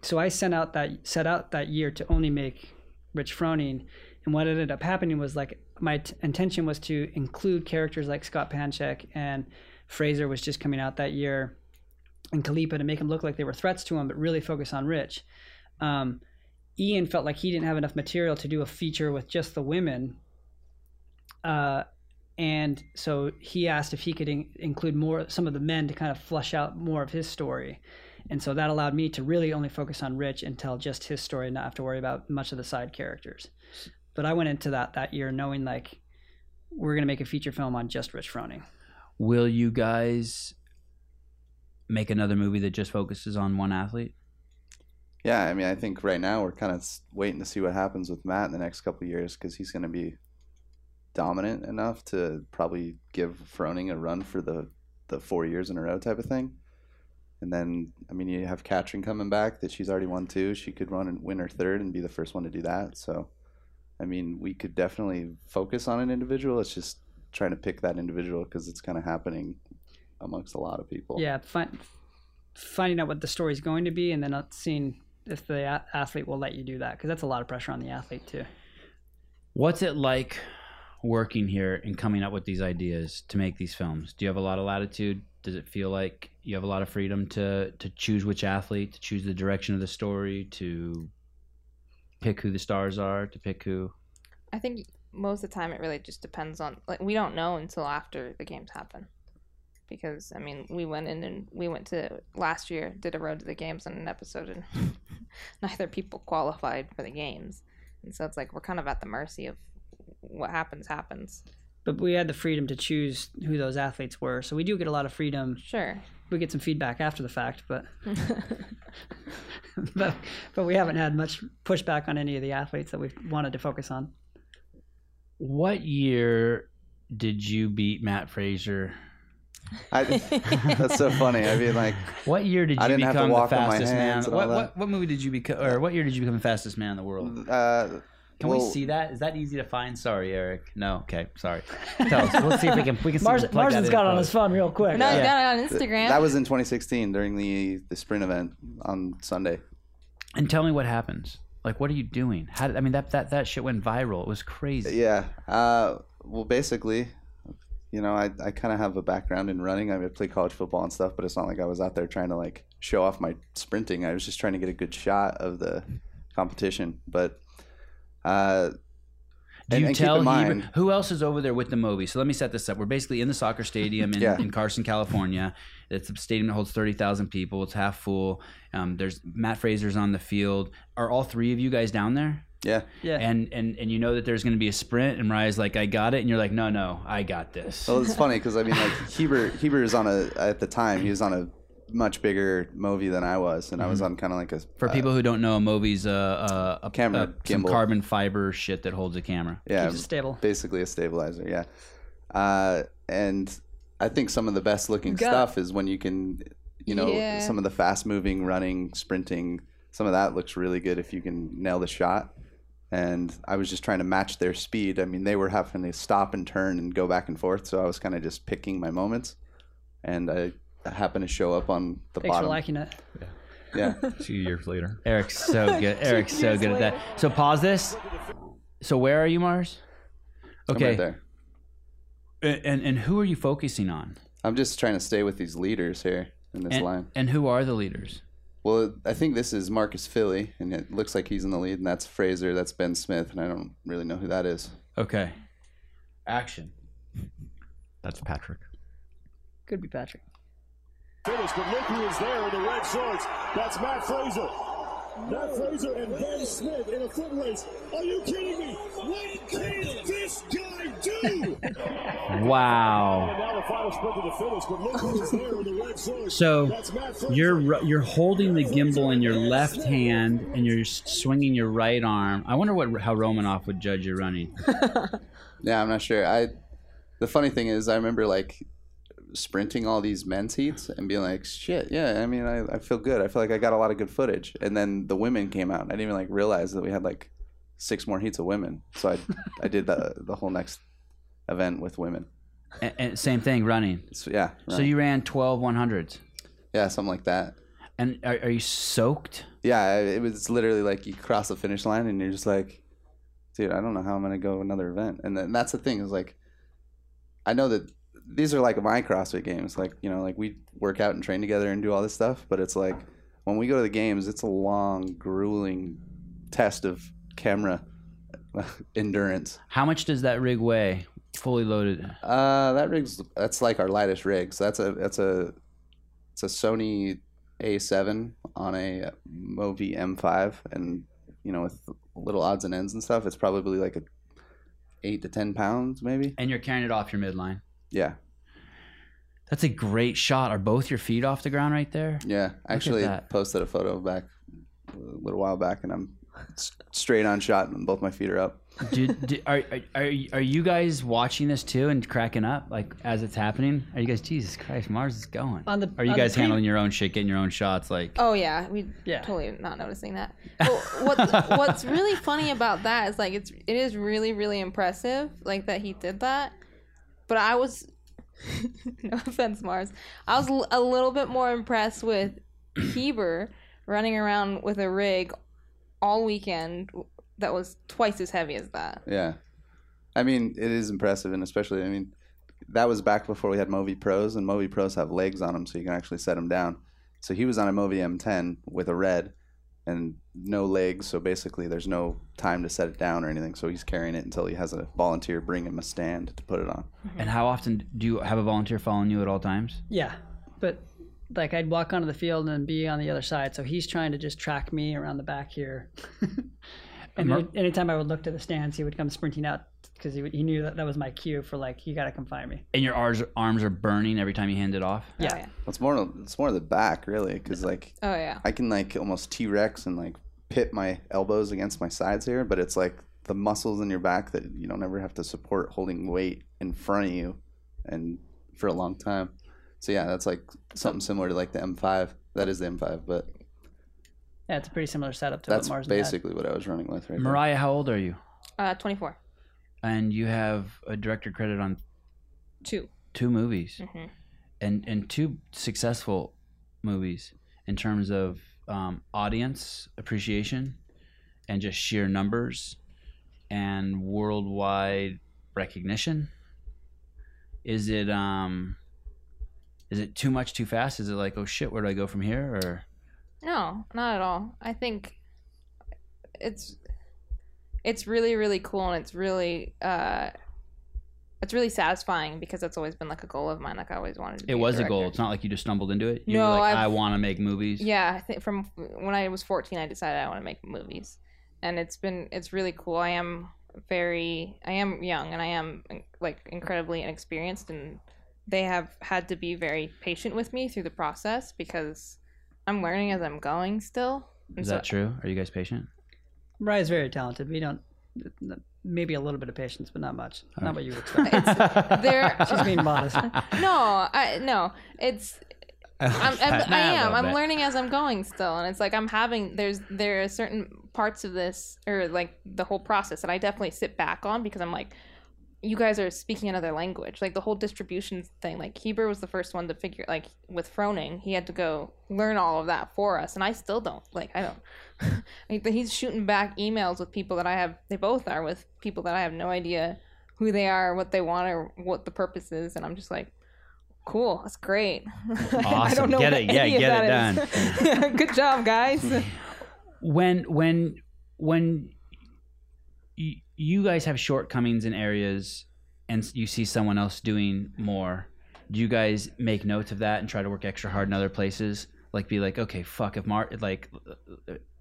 Speaker 2: So I sent out that set out that year to only make Rich Froning, and what ended up happening was like my t- intention was to include characters like Scott Panchek and Fraser was just coming out that year and Kalipa to make them look like they were threats to him, but really focus on Rich. Um, Ian felt like he didn't have enough material to do a feature with just the women. Uh, and so he asked if he could in- include more some of the men to kind of flush out more of his story. And so that allowed me to really only focus on Rich and tell just his story and not have to worry about much of the side characters. But I went into that that year knowing like we're going to make a feature film on just Rich Froning.
Speaker 1: Will you guys make another movie that just focuses on one athlete?
Speaker 3: yeah i mean i think right now we're kind of waiting to see what happens with matt in the next couple of years because he's going to be dominant enough to probably give Froning a run for the the four years in a row type of thing. And then, I mean, you have Katrin coming back that she's already won two. She could run and win her third and be the first one to do that. So, I mean, we could definitely focus on an individual. It's just trying to pick that individual because it's kind of happening amongst a lot of people.
Speaker 2: yeah fin- finding out what the story's going to be and then not seeing if the a- athlete will let you do that because that's a lot of pressure on the athlete too
Speaker 1: What's it like working here and coming up with these ideas to make these films? Do you have a lot of latitude? Does it feel like you have a lot of freedom to to choose which athlete, to choose the direction of the story, to pick who the stars are, to pick who?
Speaker 4: I think most of the time it really just depends on like we don't know until after the games happen. Because I mean, we went in and we went to last year, did a road to the games on an episode and *laughs* neither people qualified for the games. And so it's like we're kind of at the mercy of what happens happens.
Speaker 2: but we had the freedom to choose who those athletes were. So we do get a lot of freedom.
Speaker 4: Sure. *laughs*
Speaker 2: We get some feedback after the fact, but *laughs* but but we haven't had much pushback on any of the athletes that we've wanted to focus on.
Speaker 1: What year did you beat Matt Fraser?
Speaker 3: I, *laughs* that's so funny. I mean, like,
Speaker 1: *laughs* What year did
Speaker 3: I
Speaker 1: you
Speaker 3: didn't have to
Speaker 1: become the
Speaker 3: walk on my
Speaker 1: fastest man?
Speaker 3: hands and all
Speaker 1: What,
Speaker 3: that.
Speaker 1: what what movie did you become or what year did you become the fastest man in the world?
Speaker 3: uh,
Speaker 1: Can we
Speaker 3: well,
Speaker 1: see that? Is that easy to find? Sorry, Eric. No. Okay. Sorry. *laughs* Tell us. Let's see
Speaker 2: *laughs*
Speaker 1: if we can. We can. see if we
Speaker 2: Mars,
Speaker 1: can plug that
Speaker 2: Marsden's
Speaker 1: in
Speaker 2: got it on
Speaker 1: post.
Speaker 2: his phone real quick.
Speaker 4: No, he's
Speaker 1: Yeah.
Speaker 4: got it on
Speaker 3: th-
Speaker 4: Instagram.
Speaker 3: That was in 2016 during the the sprint event on Sunday.
Speaker 1: And tell me what happens. Like, what are you doing? How did I mean that that that shit went viral? It was crazy.
Speaker 3: Yeah. Uh, well, basically, you know, I, I kind of have a background in running. I, mean, I play college football and stuff, but it's not like I was out there trying to like show off my sprinting. I was just trying to get a good shot of the competition. But uh,
Speaker 1: Do
Speaker 3: And-
Speaker 1: you
Speaker 3: and keep
Speaker 1: tell
Speaker 3: in
Speaker 1: Heber-
Speaker 3: mind-
Speaker 1: who else is over there with the Moby? So let me set this up. We're basically in the soccer stadium in,
Speaker 3: Yeah.
Speaker 1: in Carson, California. It's a stadium that holds thirty thousand people. It's half full. Um, there's Matt Fraser's on the field. Are all three of you guys down there?
Speaker 3: yeah,
Speaker 2: Yeah.
Speaker 1: And and and you know that there's going to be a sprint. And Mariah's like, I got it. And you're like, No, no, I got this.
Speaker 3: well, it's funny because I mean,
Speaker 1: *laughs*
Speaker 3: like Heber Heber is on a at the time he was on a much bigger movie than I was, and I was on kind of like a
Speaker 1: Mm-hmm. For
Speaker 3: uh,
Speaker 1: people who don't know, a Mobi's a, a, a
Speaker 3: Camera,
Speaker 1: a- some
Speaker 3: gimbal.
Speaker 1: carbon fiber shit that holds a camera.
Speaker 3: yeah
Speaker 2: Keeps it stable.
Speaker 3: basically a stabilizer yeah uh, and i think some of the best looking
Speaker 2: Got-
Speaker 3: stuff is when you can you know
Speaker 4: Yeah.
Speaker 3: some of the fast moving running sprinting some of that looks really good if you can nail the shot and i was just trying to match their speed i mean they were having to stop and turn and go back and forth so i was kind of just picking my moments and i happened to show up on the
Speaker 2: Thanks
Speaker 3: bottom
Speaker 2: for liking it.
Speaker 3: yeah
Speaker 5: Two years later.
Speaker 1: Eric's so good. Eric's so good at that. So pause this. So where are you, Mars?
Speaker 3: okay I'm
Speaker 1: Okay.
Speaker 3: right there
Speaker 1: A- and and who are you focusing on?
Speaker 3: i'm just trying to stay with these leaders here in this
Speaker 1: And,
Speaker 3: line
Speaker 1: and who are the leaders?
Speaker 3: Well, I think this is Marcus Philly, and it looks like he's in the lead, and that's Fraser, that's Ben Smith, and I don't really know who that is.
Speaker 1: Okay. Action.
Speaker 5: That's Patrick.
Speaker 2: Could be Patrick.
Speaker 6: finish, but look who is there in the red shorts. That's Matt Fraser. Matt Fraser and Ben Smith in a foot race. Are you kidding me? What can this guy do? and
Speaker 1: Wow.
Speaker 6: now the final sprint to the finish, but look who is there in the red shorts.
Speaker 1: So
Speaker 6: That's Matt Fraser.
Speaker 1: you're ru- you're holding the gimbal in your left hand and you're s- swinging your right arm. I wonder what how Romanoff would judge your running.
Speaker 3: Yeah, I'm not sure. I. The funny thing is, I remember like sprinting all these men's heats and being like, "Shit, yeah." I mean, I, I feel good. I feel like I got a lot of good footage. And then the women came out, and I didn't even like realize that we had like six more heats of women. So I I did the the whole next event with women.
Speaker 1: And, and same thing, running.
Speaker 3: So yeah,
Speaker 1: So
Speaker 3: right.
Speaker 1: you ran 12 100s.
Speaker 3: yeah, something like that.
Speaker 1: And are, are you soaked?
Speaker 3: yeah, I- it was literally like you cross the finish line and you're just like, dude, I don't know how I'm gonna go another event. And then that's the thing is like, I know that these are like my CrossFit games. Like you know, like we work out and train together and do all this stuff. But it's like when we go to the games, it's a long, grueling test of camera *laughs* endurance.
Speaker 1: How much does that rig weigh, fully loaded?
Speaker 3: Uh, that rig's that's like our lightest rig. So that's a that's a it's a Sony A7 on a Movi M5, and you know with little odds and ends and stuff, it's probably like a eight to ten pounds maybe.
Speaker 1: And you're carrying it off your midline.
Speaker 3: Yeah,
Speaker 1: That's a great shot. Are both your feet off the ground right there?
Speaker 3: yeah. Actually,
Speaker 1: that.
Speaker 3: posted a photo back a little while back, and I'm s- straight on shot, and both my feet are up.
Speaker 1: do,
Speaker 2: *laughs*
Speaker 1: do, are, are, are are you guys watching this too and cracking up like as it's happening? Are you guys Jesus Christ? Mars is going.
Speaker 2: On the-
Speaker 1: are you
Speaker 2: on the
Speaker 1: guys
Speaker 2: pre-
Speaker 1: handling your own shit, getting your own shots? Like
Speaker 4: Oh yeah, we
Speaker 2: Yeah.
Speaker 4: totally not noticing that. Well, what's what's really funny about that is like it's it is really really impressive like that he did that. But I was *laughs* no offense Mars, I was l- a little bit more impressed with Heber running around with a rig all weekend that was twice as heavy as that.
Speaker 3: Yeah. I mean, it is impressive, and especially, I mean, that was back before we had Movi Pros, and Movi Pros have legs on them, so you can actually set them down. So he was on a Movi M10 with a red and no legs, so basically there's no time to set it down or anything. So he's carrying it until he has a volunteer bring him a stand to put it on.
Speaker 1: and how often do you have a volunteer following you at all times?
Speaker 2: Yeah, but like I'd walk onto the field and be on the other side, so he's trying to just track me around the back here. *laughs* And
Speaker 1: Mer-
Speaker 2: any- anytime I would look to the stands, he would come sprinting out because he, would- he knew that that was my cue for like, you got to come find me.
Speaker 1: And your arms arms are burning every time you hand it off.
Speaker 4: Oh,
Speaker 2: Yeah.
Speaker 4: yeah.
Speaker 3: It's more it's more the back really because like
Speaker 4: Oh yeah.
Speaker 3: I can like almost T Rex and like pit my elbows against my sides here, but it's like the muscles in your back that you don't ever have to support holding weight in front of you and for a long time. So yeah, that's like something similar to like the M5. That is the M5, but
Speaker 2: Yeah, it's a pretty similar setup to
Speaker 3: that's
Speaker 2: what Mars had.
Speaker 3: basically what I was running with right now.
Speaker 1: Mariah, how old are you?
Speaker 4: Uh, twenty four.
Speaker 1: And you have a director credit on
Speaker 4: Two.
Speaker 1: two movies
Speaker 4: Mm-hmm.
Speaker 1: and and two successful movies in terms of um, audience appreciation and just sheer numbers and worldwide recognition. Is it um is it too much too fast? Is it like oh shit, where do I go from here? Or
Speaker 4: No, not at all. I think it's it's really really cool and it's really uh it's really satisfying because that's always been like a goal of mine. Like I always wanted to. be
Speaker 1: it was a goal.
Speaker 4: director.
Speaker 1: It's not like you just stumbled into it. You
Speaker 4: No,
Speaker 1: were like
Speaker 4: I've-
Speaker 1: I want to make movies.
Speaker 4: Yeah, I think from when I was 14, I decided I want to make movies, and it's been it's really cool. I am very I am young and I am like incredibly inexperienced, and they have had to be very patient with me through the process because I'm learning as I'm going still. And
Speaker 1: Is
Speaker 4: so-
Speaker 1: that true? Are you guys patient?
Speaker 2: Mariah's very talented. We don't, maybe a little bit of patience, but not much.
Speaker 1: All right.
Speaker 2: Not what you would
Speaker 1: *laughs*
Speaker 2: expect. *laughs*
Speaker 4: there-
Speaker 2: She's being modest.
Speaker 4: *laughs* No, I no, it's I'm, I'm, I am. I'm learning as I'm going still, and it's like I'm having. There's there are certain parts of this or like the whole process that I definitely sit back on because I'm like, you guys are speaking another language. Like the whole distribution thing. Like Heber was the first one to figure. Like with Froning, he had to go learn all of that for us, and I still don't. Like I don't. *laughs* I- He's shooting back emails with people that I have. They both are with people that I have no idea who they are, what they want, or what the purpose is, and I'm just like cool that's great *laughs* i
Speaker 1: *laughs* Awesome.
Speaker 4: don't know
Speaker 1: Get
Speaker 4: what
Speaker 1: it. Yeah,
Speaker 4: any of
Speaker 1: get it
Speaker 4: that is. *laughs* good job guys
Speaker 1: *laughs* when when when y- you guys have shortcomings in areas and s- you see someone else doing more do you guys make notes of that and try to work extra hard in other places like be like okay fuck if Mar like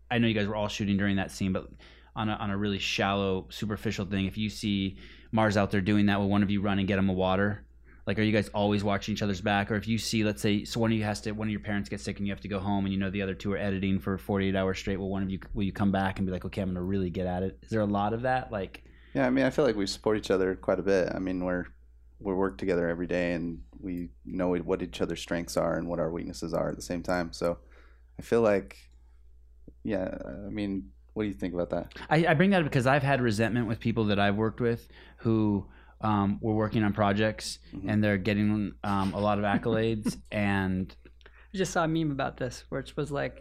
Speaker 1: i know you guys were all shooting during that scene but on a, on a really shallow superficial thing if you see mars out there doing that will one of you run and get him a water like are you guys always watching each other's back or if you see let's say so one of you has to one of your parents gets sick and you have to go home and you know the other two are editing for 48 hours straight will one of you will you come back and be like okay i'm gonna really get at it is there a lot of that like
Speaker 3: Yeah, I mean, I feel like we support each other quite a bit. I mean, we're we work together every day, and we know what each other's strengths are and what our weaknesses are at the same time. So, I feel like, yeah, I mean, what do you think about that?
Speaker 1: I, I bring that up because I've had resentment with people that I've worked with who um, were working on projects
Speaker 2: Mm-hmm.
Speaker 3: Mhm.
Speaker 1: and they're getting um, a lot of accolades
Speaker 2: *laughs*
Speaker 1: and
Speaker 2: I just saw a meme about this, which was like,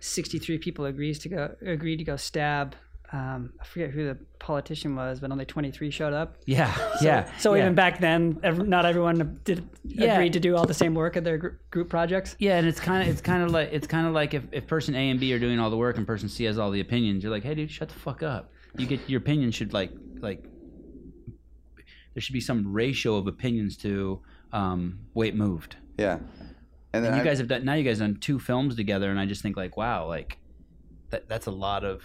Speaker 2: 63 people agrees to go agreed to go stab. Um, I forget who the politician was, but only 23 showed up.
Speaker 1: yeah yeah
Speaker 2: So
Speaker 1: yeah.
Speaker 2: even back then, ev- not everyone did
Speaker 1: Yeah.
Speaker 2: agreed to do all the same work at their gr- group projects.
Speaker 1: yeah and it's kind of it's kind of like it's kind of like if, if person A and B are doing all the work and person C has all the opinions you're like hey dude shut the fuck up you get your opinion should like like there should be some ratio of opinions to um, weight moved
Speaker 3: Yeah, and then
Speaker 1: and you
Speaker 3: I-
Speaker 1: guys have done now you guys done two films together and i just think like wow like that, that's a lot of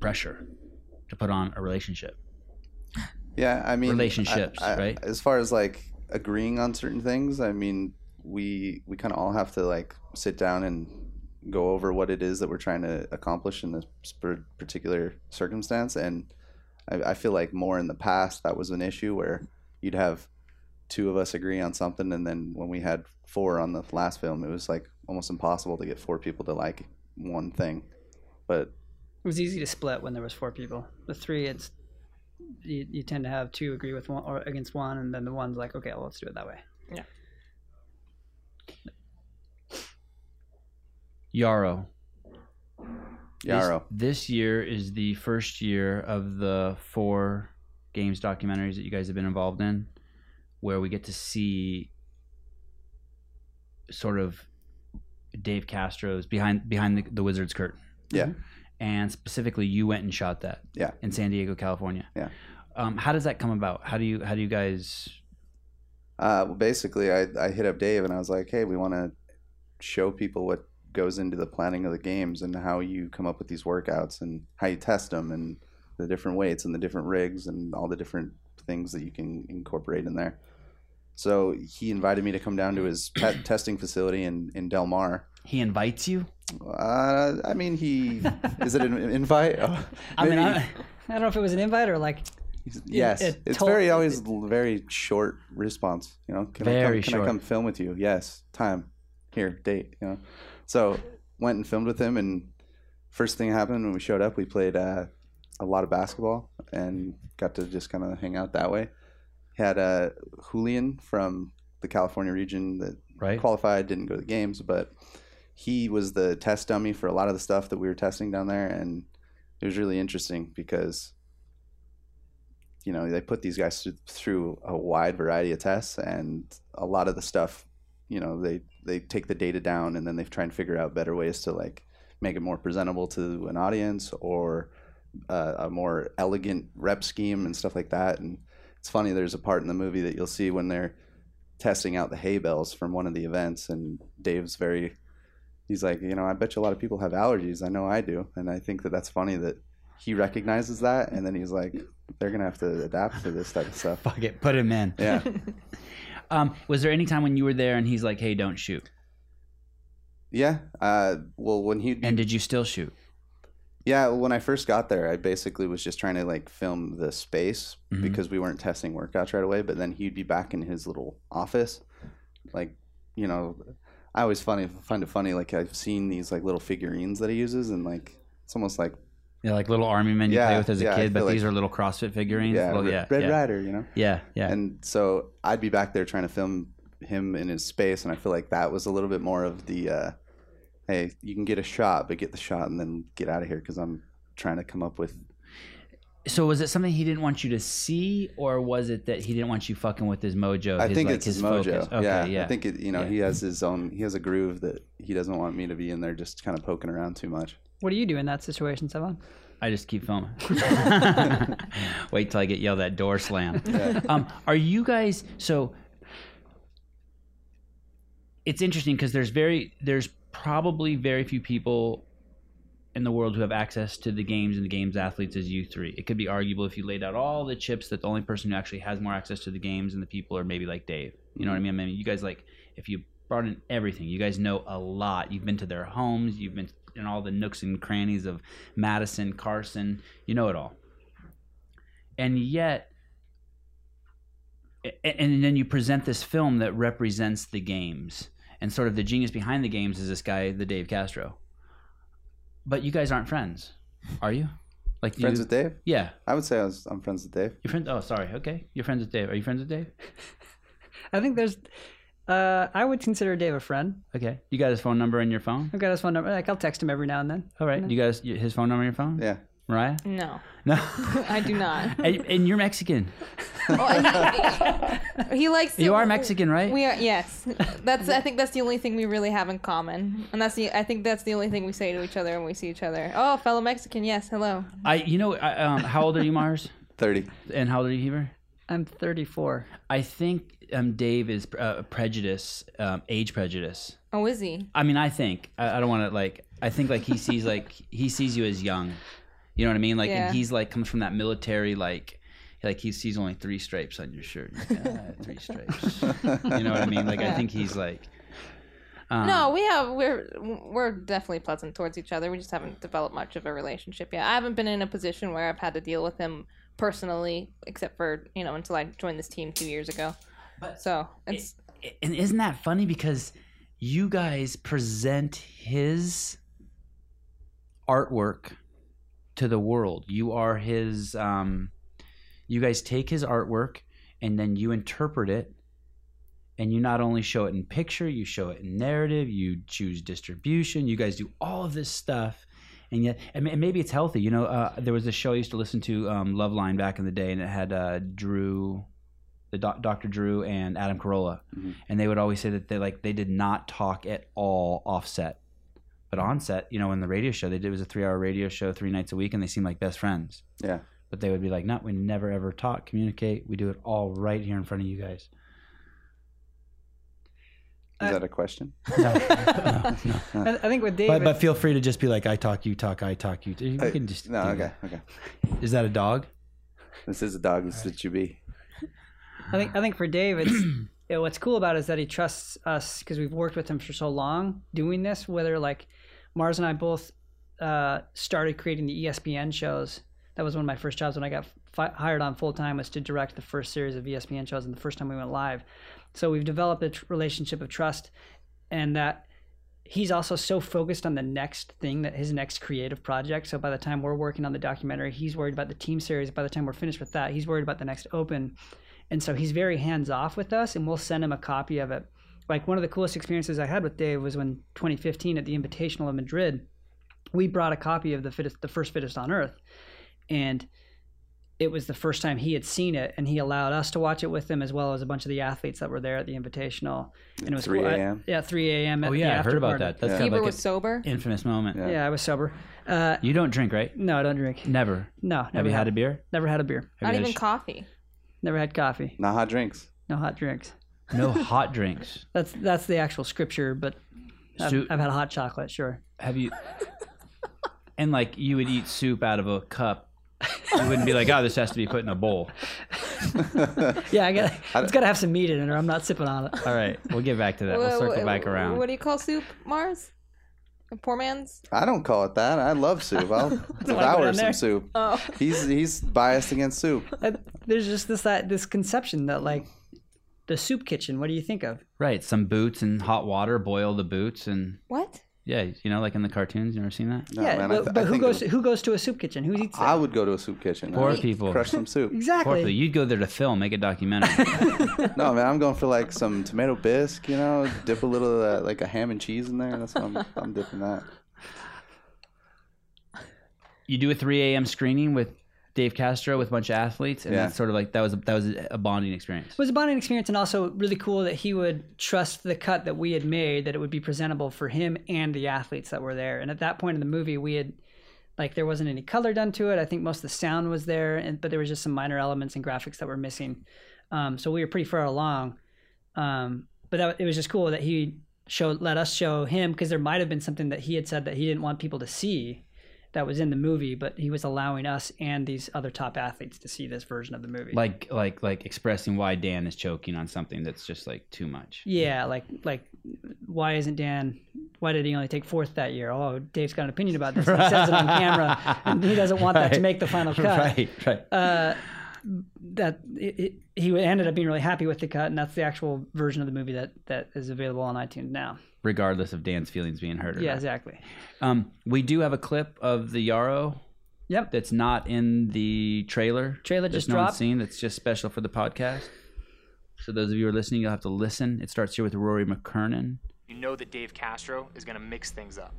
Speaker 1: pressure to put on a relationship
Speaker 3: Yeah, I mean I-
Speaker 1: relationships,
Speaker 3: I-
Speaker 1: right?
Speaker 3: As far as like agreeing on certain things, I mean, we we kind of all have to like sit down and go over what it is that we're trying to accomplish in this sp- particular circumstance. And I, I feel like more in the past that was an issue where you'd have two of us agree on something, and then when we had four on the last film, it was like almost impossible to get four people to like one thing. But
Speaker 2: It was easy to split when there was four people. The three, it's you, you tend to have two agree with one or against one, and then the one's like, okay, well, let's do it that way.
Speaker 1: yarrow
Speaker 3: Yarrow,
Speaker 1: This, this year is the first year of the four games documentaries that you guys have been involved in, where we get to see sort of Dave Castro's behind behind the, the Wizard's curtain. Mm-hmm.
Speaker 3: Yeah.
Speaker 1: And specifically, you went and shot that.
Speaker 3: Yeah.
Speaker 1: In San Diego, California.
Speaker 3: Yeah.
Speaker 1: Um, how does that come about? How do you how do you guys?
Speaker 3: Uh, well, basically, I, I hit up Dave and I was like, hey, we want to show people what goes into the planning of the games and how you come up with these workouts and how you test them and the different weights and the different rigs and all the different things that you can incorporate in there. So he invited me to come down to his
Speaker 2: *coughs*
Speaker 3: pet testing facility in, in Del Mar.
Speaker 1: He invites you.
Speaker 3: Uh, I mean, he
Speaker 2: *laughs*
Speaker 3: is it an invite? Oh,
Speaker 2: I mean,
Speaker 3: maybe.
Speaker 2: I, I don't know if it was an invite or like *laughs*
Speaker 3: yes,
Speaker 2: it
Speaker 3: it's
Speaker 2: told-
Speaker 3: very always l- very short response. You know, can I
Speaker 1: Very
Speaker 3: come, can
Speaker 1: short.
Speaker 3: I come film with you? Yes, time, here, date. You know, so went and filmed with him, and first thing happened when we showed up, we played uh, a lot of basketball and got to just kind of hang out that way. Had uh, Julian from the California region that
Speaker 1: Right.
Speaker 3: qualified, didn't go to the games, but he was the test dummy for a lot of the stuff that we were testing down there, and it was really interesting because you know they put these guys through, through a wide variety of tests, and a lot of the stuff, you know, they they take the data down and then they try and figure out better ways to like make it more presentable to an audience or uh, a more elegant rep scheme and stuff like that. And it's funny, there's a part in the movie that you'll see when they're testing out the hay bales from one of the events, and Dave's very, he's like, you know, I bet you a lot of people have allergies. I know I do, and I think that that's funny that he recognizes that, and then he's like, they're gonna have to adapt to this type of stuff.
Speaker 1: *laughs* Fuck it. Put him in.
Speaker 3: Yeah.
Speaker 1: Um, was there any time when you were there and he's like, "Hey, don't shoot,"
Speaker 3: Yeah. Uh, well, when he
Speaker 1: and did you still shoot?
Speaker 3: Yeah, when I first got there, I basically was just trying to like film the space
Speaker 1: Mhm.
Speaker 3: because we weren't testing workouts right away. But then he'd be back in his little office, like you know, I always funny find it funny. Like I've seen these like little figurines that he uses, and like it's almost like
Speaker 1: Yeah, like little army men you
Speaker 3: Yeah,
Speaker 1: play with as a
Speaker 3: yeah, I
Speaker 1: kid, but
Speaker 3: feel
Speaker 1: these
Speaker 3: like-
Speaker 1: are little CrossFit figurines.
Speaker 3: yeah,
Speaker 1: Well,
Speaker 3: Red-
Speaker 1: yeah,
Speaker 3: Red
Speaker 1: yeah,
Speaker 3: Rider, you know.
Speaker 1: yeah, yeah.
Speaker 3: And so I'd be back there trying to film him in his space, and I feel like that was a little bit more of the, uh, hey, you can get a shot, but get the shot and then get out of here because I'm trying to come up with
Speaker 1: so was it something he didn't want you to see, or was it that he didn't want you fucking with his mojo?
Speaker 3: I
Speaker 1: his,
Speaker 3: think
Speaker 1: like,
Speaker 3: it's his mojo.
Speaker 1: focus? Okay,
Speaker 3: yeah,
Speaker 1: yeah,
Speaker 3: I think it, you know
Speaker 1: Yeah.
Speaker 3: he has his own. He has a groove that he doesn't want me to be in there, just kind of poking around too much.
Speaker 2: what do you do in that situation, Savon?
Speaker 1: I just keep filming. *laughs* Wait till I get yelled at door slam. Um, are you guys so? It's interesting because there's very there's probably very few people in the world who have access to the games and the games athletes as you three. It could be arguable if you laid out all the chips that the only person who actually has more access to the games and the people are maybe like Dave. You know what I mean? I mean, you guys like if you brought in everything, you guys know a lot. You've been to their homes, you've been in all the nooks and crannies of Madison, Carson, you know it all. And yet a- and then you present this film that represents the games. And sort of the genius behind the games is this guy, the Dave Castro. But you guys aren't friends, are you? Like do
Speaker 3: Friends
Speaker 1: you,
Speaker 3: with Dave?
Speaker 1: yeah,
Speaker 3: I would say I was, I'm friends with Dave.
Speaker 1: you're friends. Oh, sorry. Okay, you're friends with Dave. Are you friends with Dave?
Speaker 2: I think there's. Uh, I would consider Dave a friend.
Speaker 1: Okay, you got his phone number in your phone.
Speaker 2: I've got his phone number. Like I'll text him every now and then.
Speaker 1: All right, you guys his phone number in your phone.
Speaker 3: Yeah,
Speaker 1: Mariah.
Speaker 4: No,
Speaker 1: No, *laughs*
Speaker 4: I do not.
Speaker 1: and, and you're Mexican.
Speaker 4: Well, he, he likes. to-
Speaker 1: You are Mexican, right?
Speaker 4: We are. Yes, that's. I think that's the only thing we really have in common, and that's the. I think that's the only thing we say to each other when we see each other. Oh, fellow Mexican. Yes, hello.
Speaker 1: I, you know, I, um, how old are you, Mars?
Speaker 3: thirty.
Speaker 1: And how old are you, Heber?
Speaker 2: I'm 34.
Speaker 1: I think um, Dave is uh, prejudice, um, age prejudice.
Speaker 4: Oh, is he?
Speaker 1: I mean, I think I, I don't want to like. I think like he sees like *laughs* he sees you as young. You know what I mean? Like,
Speaker 4: Yeah.
Speaker 1: and he's like comes from that military like. Like he sees only three stripes on your shirt. *laughs* He's like, "Ah, three stripes. *laughs* You
Speaker 3: *laughs*
Speaker 1: know what I mean? Like I
Speaker 4: Yeah.
Speaker 1: think he's like. Um,
Speaker 4: No, we have. We're we're definitely pleasant towards each other. We just haven't developed much of a relationship yet. I haven't been in a position where I've had to deal with him personally, except for you know until I joined this team two years ago. So it's
Speaker 1: and isn't that funny because you guys present his artwork to the world you are his um you guys take his artwork and then you interpret it and you not only show it in picture you show it in narrative you choose distribution you guys do all of this stuff and yet and ma- maybe it's healthy you know uh, there was a show i used to listen to um, love line back in the day and it had uh, drew the doc, Dr. Drew and Adam Carolla,
Speaker 3: Mhm.
Speaker 1: and they would always say that they like they did not talk at all offset, but on set, you know, in the radio show they did it was a three hour radio show three nights a week, and they seemed like best friends.
Speaker 3: Yeah,
Speaker 1: But they would be like, "No, we never ever talk, communicate. We do it all right here in front of you guys."
Speaker 2: Uh,
Speaker 3: that a question?
Speaker 7: No, *laughs* no,
Speaker 1: *laughs*
Speaker 7: no.
Speaker 2: I, I think with
Speaker 7: But,
Speaker 2: David,
Speaker 7: but feel free to just be like, I talk, you talk, I talk, you. You
Speaker 3: Uh,
Speaker 7: can just.
Speaker 3: No,
Speaker 7: do
Speaker 3: okay,
Speaker 7: that.
Speaker 3: okay.
Speaker 7: Is that a dog?
Speaker 3: This is a dog. This should you be.
Speaker 2: I think I think for Dave, it's you know, what's cool about it is that he trusts us because we've worked with him for so long doing this. Whether like Mars and I both uh, started creating the ESPN shows. That was one of my first jobs when I got fi- hired on full time was to direct the first series of E ESPN shows and the first time we went live. So we've developed a tr- relationship of trust, and that he's also so focused on the next thing that his next creative project. So by the time we're working on the documentary, he's worried about the team series. By the time we're finished with that, he's worried about the next open. And so he's very hands off with us, and we'll send him a copy of it. Like one of the coolest experiences I had with Dave was when 2015 at the Invitational in Madrid, we brought a copy of the fittest, the first fittest on earth, and it was the first time he had seen it, and he allowed us to watch it with him as well as a bunch of the athletes that were there at the Invitational. And it was
Speaker 3: 3
Speaker 2: cool. I-
Speaker 3: a.m.?
Speaker 2: Yeah, 3 a.m. at
Speaker 1: Oh
Speaker 2: the
Speaker 1: yeah, I
Speaker 2: after
Speaker 1: heard about
Speaker 2: party.
Speaker 1: that. That's
Speaker 3: Yeah.
Speaker 1: kind
Speaker 4: Bieber
Speaker 1: of like
Speaker 4: was
Speaker 1: an
Speaker 4: sober.
Speaker 1: infamous moment.
Speaker 3: Yeah.
Speaker 2: Yeah, I was sober. Uh,
Speaker 1: You don't drink, right?
Speaker 2: no, I don't drink.
Speaker 1: Never.
Speaker 2: No, never
Speaker 1: Have you had a
Speaker 2: a
Speaker 1: beer?
Speaker 2: never had a beer.
Speaker 1: Have
Speaker 4: Not
Speaker 1: you had a
Speaker 4: even
Speaker 1: sh-
Speaker 4: coffee.
Speaker 2: Never had coffee.
Speaker 3: Not hot
Speaker 1: *laughs*
Speaker 3: drinks. *laughs*
Speaker 2: No hot drinks.
Speaker 1: no hot drinks.
Speaker 2: That's that's the actual scripture, but I've,
Speaker 1: Soup.
Speaker 2: I've had hot chocolate, sure.
Speaker 1: Have you? And like you would eat soup out of a cup. You wouldn't be like, oh, this has to be put in a bowl.
Speaker 2: Yeah, I got *laughs* it's got to have some meat in it, or I'm not sipping on it.
Speaker 1: All right, we'll get back to that. We'll
Speaker 4: Wha-
Speaker 1: circle
Speaker 4: wha-
Speaker 1: back around.
Speaker 4: What do you call soup, Mars? A poor man's.
Speaker 3: I don't call it that. I love
Speaker 1: *laughs*
Speaker 3: soup. I'll devour
Speaker 2: in there.
Speaker 3: some soup.
Speaker 4: Oh,
Speaker 3: He's he's biased against soup.
Speaker 2: Uh, There's just this that this conception that like the soup kitchen. What do you think of?
Speaker 1: Right, some boots and hot water. Boil the boots and
Speaker 4: what?
Speaker 1: yeah, you know, like in the cartoons. You ever seen that?
Speaker 3: No,
Speaker 2: yeah,
Speaker 3: man,
Speaker 2: but,
Speaker 3: I th-
Speaker 2: but
Speaker 3: I
Speaker 2: who
Speaker 3: think
Speaker 2: goes
Speaker 3: it-
Speaker 2: to, who goes to a soup kitchen? Who eats
Speaker 3: I
Speaker 2: that?
Speaker 3: would go to a soup kitchen.
Speaker 1: Poor
Speaker 3: I'd
Speaker 1: people.
Speaker 3: Crush
Speaker 1: *laughs*
Speaker 3: some soup.
Speaker 1: Poor people.
Speaker 2: Exactly.
Speaker 1: You'd go there to film, make a documentary. *laughs*
Speaker 3: No, man, I'm going for like some tomato bisque, you know, dip a little uh, like a ham and cheese in there. That's what I'm, I'm dipping that.
Speaker 1: you do a 3 a.m. screening with Dave Castro with a bunch of athletes, and
Speaker 3: Yeah.
Speaker 1: that's sort of like that was that was a bonding experience.
Speaker 2: It was a bonding experience and also really cool that he would trust the cut that we had made that it would be presentable for him and the athletes that were there and at that point in the movie we had like there wasn't any color done to it i think most of the sound was there and but there was just some minor elements and graphics that were missing um, so we were pretty far along um, but that, it was just cool that he showed let us show him because there might have been something that he had said that he didn't want people to see that was in the movie but he was allowing us and these other top athletes to see this version of the movie
Speaker 1: Like like like expressing why Dan is choking on something that's just like too much.
Speaker 2: Yeah, like like why isn't Dan? Why did he only take fourth that year? Oh, Dave's got an opinion about this. and He says it on camera, and he doesn't want that to
Speaker 1: Right.
Speaker 2: make the final cut.
Speaker 1: right, right.
Speaker 2: Uh, that it, it, he ended up being really happy with the cut, and that's the actual version of the movie that that is available on iTunes now.
Speaker 1: Regardless of Dan's feelings being hurt. Or
Speaker 2: Yeah,
Speaker 1: not.
Speaker 2: exactly.
Speaker 1: Um, we do have a clip of the Yarrow
Speaker 2: Yep.
Speaker 1: that's not in the trailer.
Speaker 2: Trailer
Speaker 1: that
Speaker 2: just
Speaker 1: no
Speaker 2: dropped.
Speaker 1: One's seen that's just special for the podcast. So those of you who are listening, you'll have to listen. It starts here with Rory McKernan.
Speaker 8: you know that Dave Castro is going to mix things up.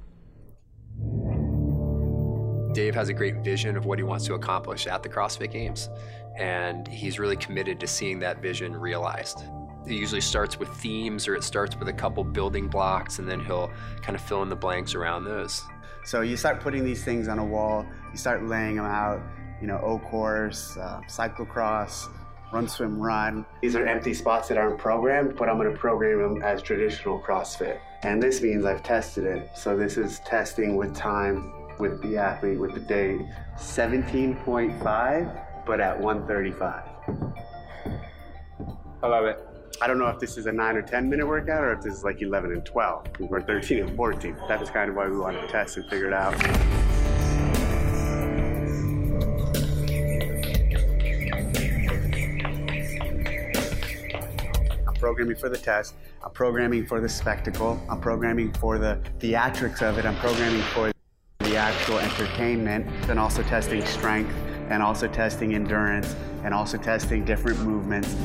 Speaker 9: Dave has a great vision of what he wants to accomplish at the CrossFit Games, and he's really committed to seeing that vision realized. It usually starts with themes or it starts with a couple building blocks, and then he'll kind of fill in the blanks around those.
Speaker 10: So you start putting these things on a wall, you start laying them out, you know, O course, uh, cyclocross, run, swim, run. These are empty spots that aren't programmed, but I'm going to program them as traditional CrossFit. And this means I've tested it. So this is testing with time, with the athlete, with the date. 17.5, but at 135. I love it. I don't know if this is a nine or 10 minute workout or if this is like 11 and 12 or 13 and 14. That is kind of why we wanted to test and figure it out. I'm programming for the test. I'm programming for the spectacle. I'm programming for the theatrics of it. I'm programming for the actual entertainment and also testing strength and also testing endurance and also testing different movements.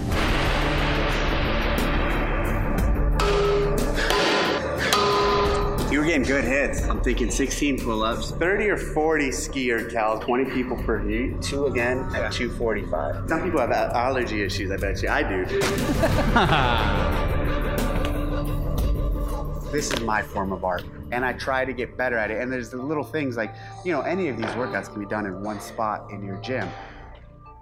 Speaker 10: You were getting good hits. I'm thinking 16 pull-ups. 30 or 40 ski or cal, 20 people per heat. Two again at 245. Some people have a- allergy issues, I bet you. I do. *laughs* this is my form of art. And I try to get better at it. And there's the little things like, you know, any of these workouts can be done in one spot in your gym.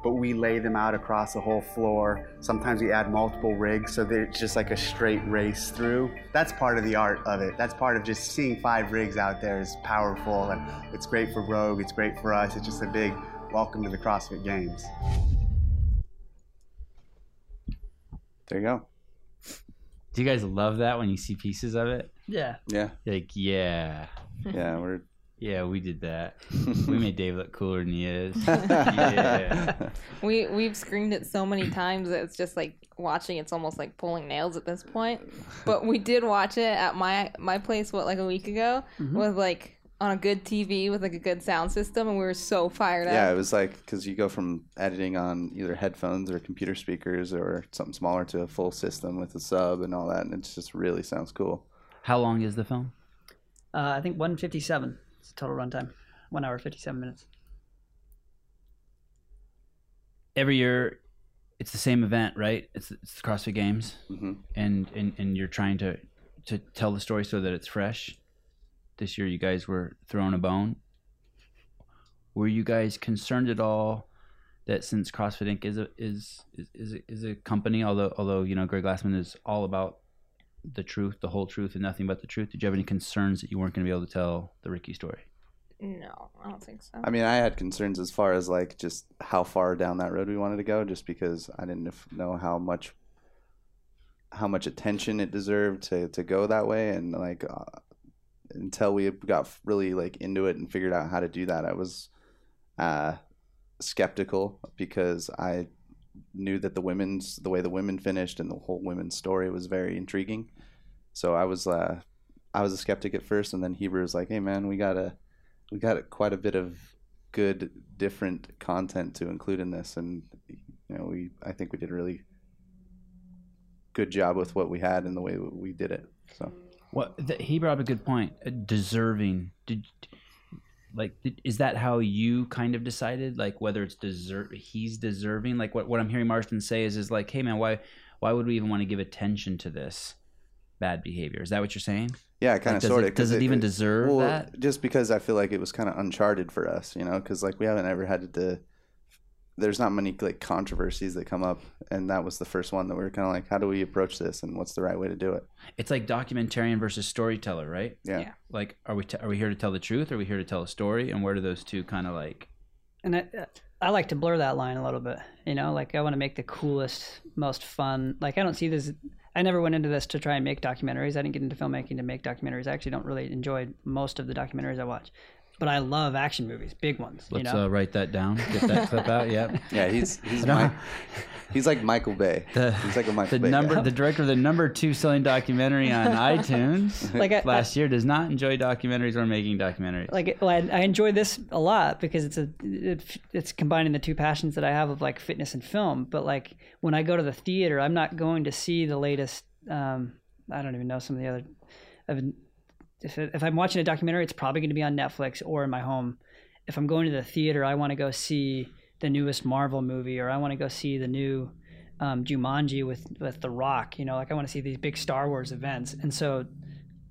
Speaker 10: but we lay them out across the whole floor. Sometimes we add multiple rigs so that it's just like a straight race through. That's part of the art of it. That's part of just seeing five rigs out there is powerful and it's great for Rogue, it's great for us. It's just a big welcome to the CrossFit Games.
Speaker 3: There you go.
Speaker 1: Do you guys love that when you see pieces of it?
Speaker 2: Yeah.
Speaker 3: Yeah.
Speaker 1: Like, yeah.
Speaker 3: Yeah, we're
Speaker 1: Yeah, we did that. we
Speaker 3: *laughs*
Speaker 1: made Dave look cooler than he is.
Speaker 2: *laughs*
Speaker 1: yeah.
Speaker 4: We we've screened it so many times that it's just like watching. It's almost like pulling nails at this point. But we did watch it at my my place what like a week ago
Speaker 1: Mm-hmm.
Speaker 4: with like on a good TV with like a good sound system, and we were so fired
Speaker 3: yeah. It
Speaker 4: up.
Speaker 3: was like because you go from editing on either headphones or computer speakers or something smaller to a full system with a sub and all that, and it just really sounds cool.
Speaker 1: How long is the film?
Speaker 2: Uh, I think 157 is the total runtime. One hour, 57 minutes.
Speaker 1: Every year, it's the same event, right? It's, it's the CrossFit Games,
Speaker 3: Mhm.
Speaker 1: and, and and you're trying to to tell the story so that it's fresh. This year, you guys were throwing a bone. Were you guys concerned at all that since CrossFit Inc. is a is is is a, is a company, although although you know Greg Glassman is all about the truth, the whole truth, and nothing but the truth. Did you have any concerns that you weren't going to be able to tell the Ricky story?
Speaker 4: No, I don't think so.
Speaker 3: I mean, I had concerns as far as like just how far down that road we wanted to go, just because I didn't if- know how much how much attention it deserved to to go that way, and like uh, until we got really like into it and figured out how to do that, I was uh, skeptical because I knew that the women's the way the women finished and the whole women's story was very intriguing. So I was uh, I was a skeptic at first, and then Hebrew was like, "Hey man, we gotta." we got quite a bit of good different content to include in this and you know we i think we did a really good job with what we had and the way we did it so
Speaker 1: Well, th- he brought up a good point. Uh, deserving. Did like did, is that how you kind of decided like whether it's deserve he's deserving? Like what what I'm hearing Marston say is is like, hey man, why why would we even want to give attention to this bad behavior? Is that what you're saying?
Speaker 3: yeah kind
Speaker 1: Like,
Speaker 3: of
Speaker 1: does
Speaker 3: sort
Speaker 1: it-
Speaker 3: of
Speaker 1: does it even deserve that?
Speaker 3: just because i feel like it was kind of uncharted for us you know because like we haven't ever had to there's not many like controversies that come up and that was the first one that we were kind of like how do we approach this and what's the right way to do it
Speaker 1: It's like documentarian versus storyteller, right?
Speaker 3: yeah,
Speaker 4: Yeah.
Speaker 1: Like, are we t- are we here to tell the truth? Or are we here to tell a story? And where do those two kind of like?
Speaker 2: And I, I like to blur that line a little bit. You know, like I want to make the coolest, most fun. Like I don't see this. I never went into this to try and make documentaries. I didn't get into filmmaking to make documentaries. I actually don't really enjoy most of the documentaries I watch, but I love action movies, big ones.
Speaker 1: Let's
Speaker 2: you know,
Speaker 1: uh, write that down. Get that clip
Speaker 2: *laughs*
Speaker 1: out. Yeah.
Speaker 3: yeah he's
Speaker 1: *laughs*
Speaker 3: he's,
Speaker 1: No.
Speaker 3: Mi- he's like michael
Speaker 1: *laughs*
Speaker 3: bay
Speaker 1: The-
Speaker 3: he's like a michael
Speaker 1: The
Speaker 3: bay guy.
Speaker 1: number, the director of the number two selling documentary
Speaker 2: *laughs*
Speaker 1: on iTunes.
Speaker 2: like I, I-
Speaker 1: last year does not enjoy documentaries or making documentaries.
Speaker 2: like well, I, I enjoy this a lot because it's a it, it's combining the two passions that I have of like fitness and film. But like when I go to the theater, I'm not going to see the latest. Um, I don't even know some of the other. I've, been- if, if I'm watching a documentary, it's probably going to be on Netflix or in my home. If I'm going to the theater, I want to go see the newest Marvel movie or I want to go see the new um, Jumanji with with The Rock. You know, like I want to see these big Star Wars events, and so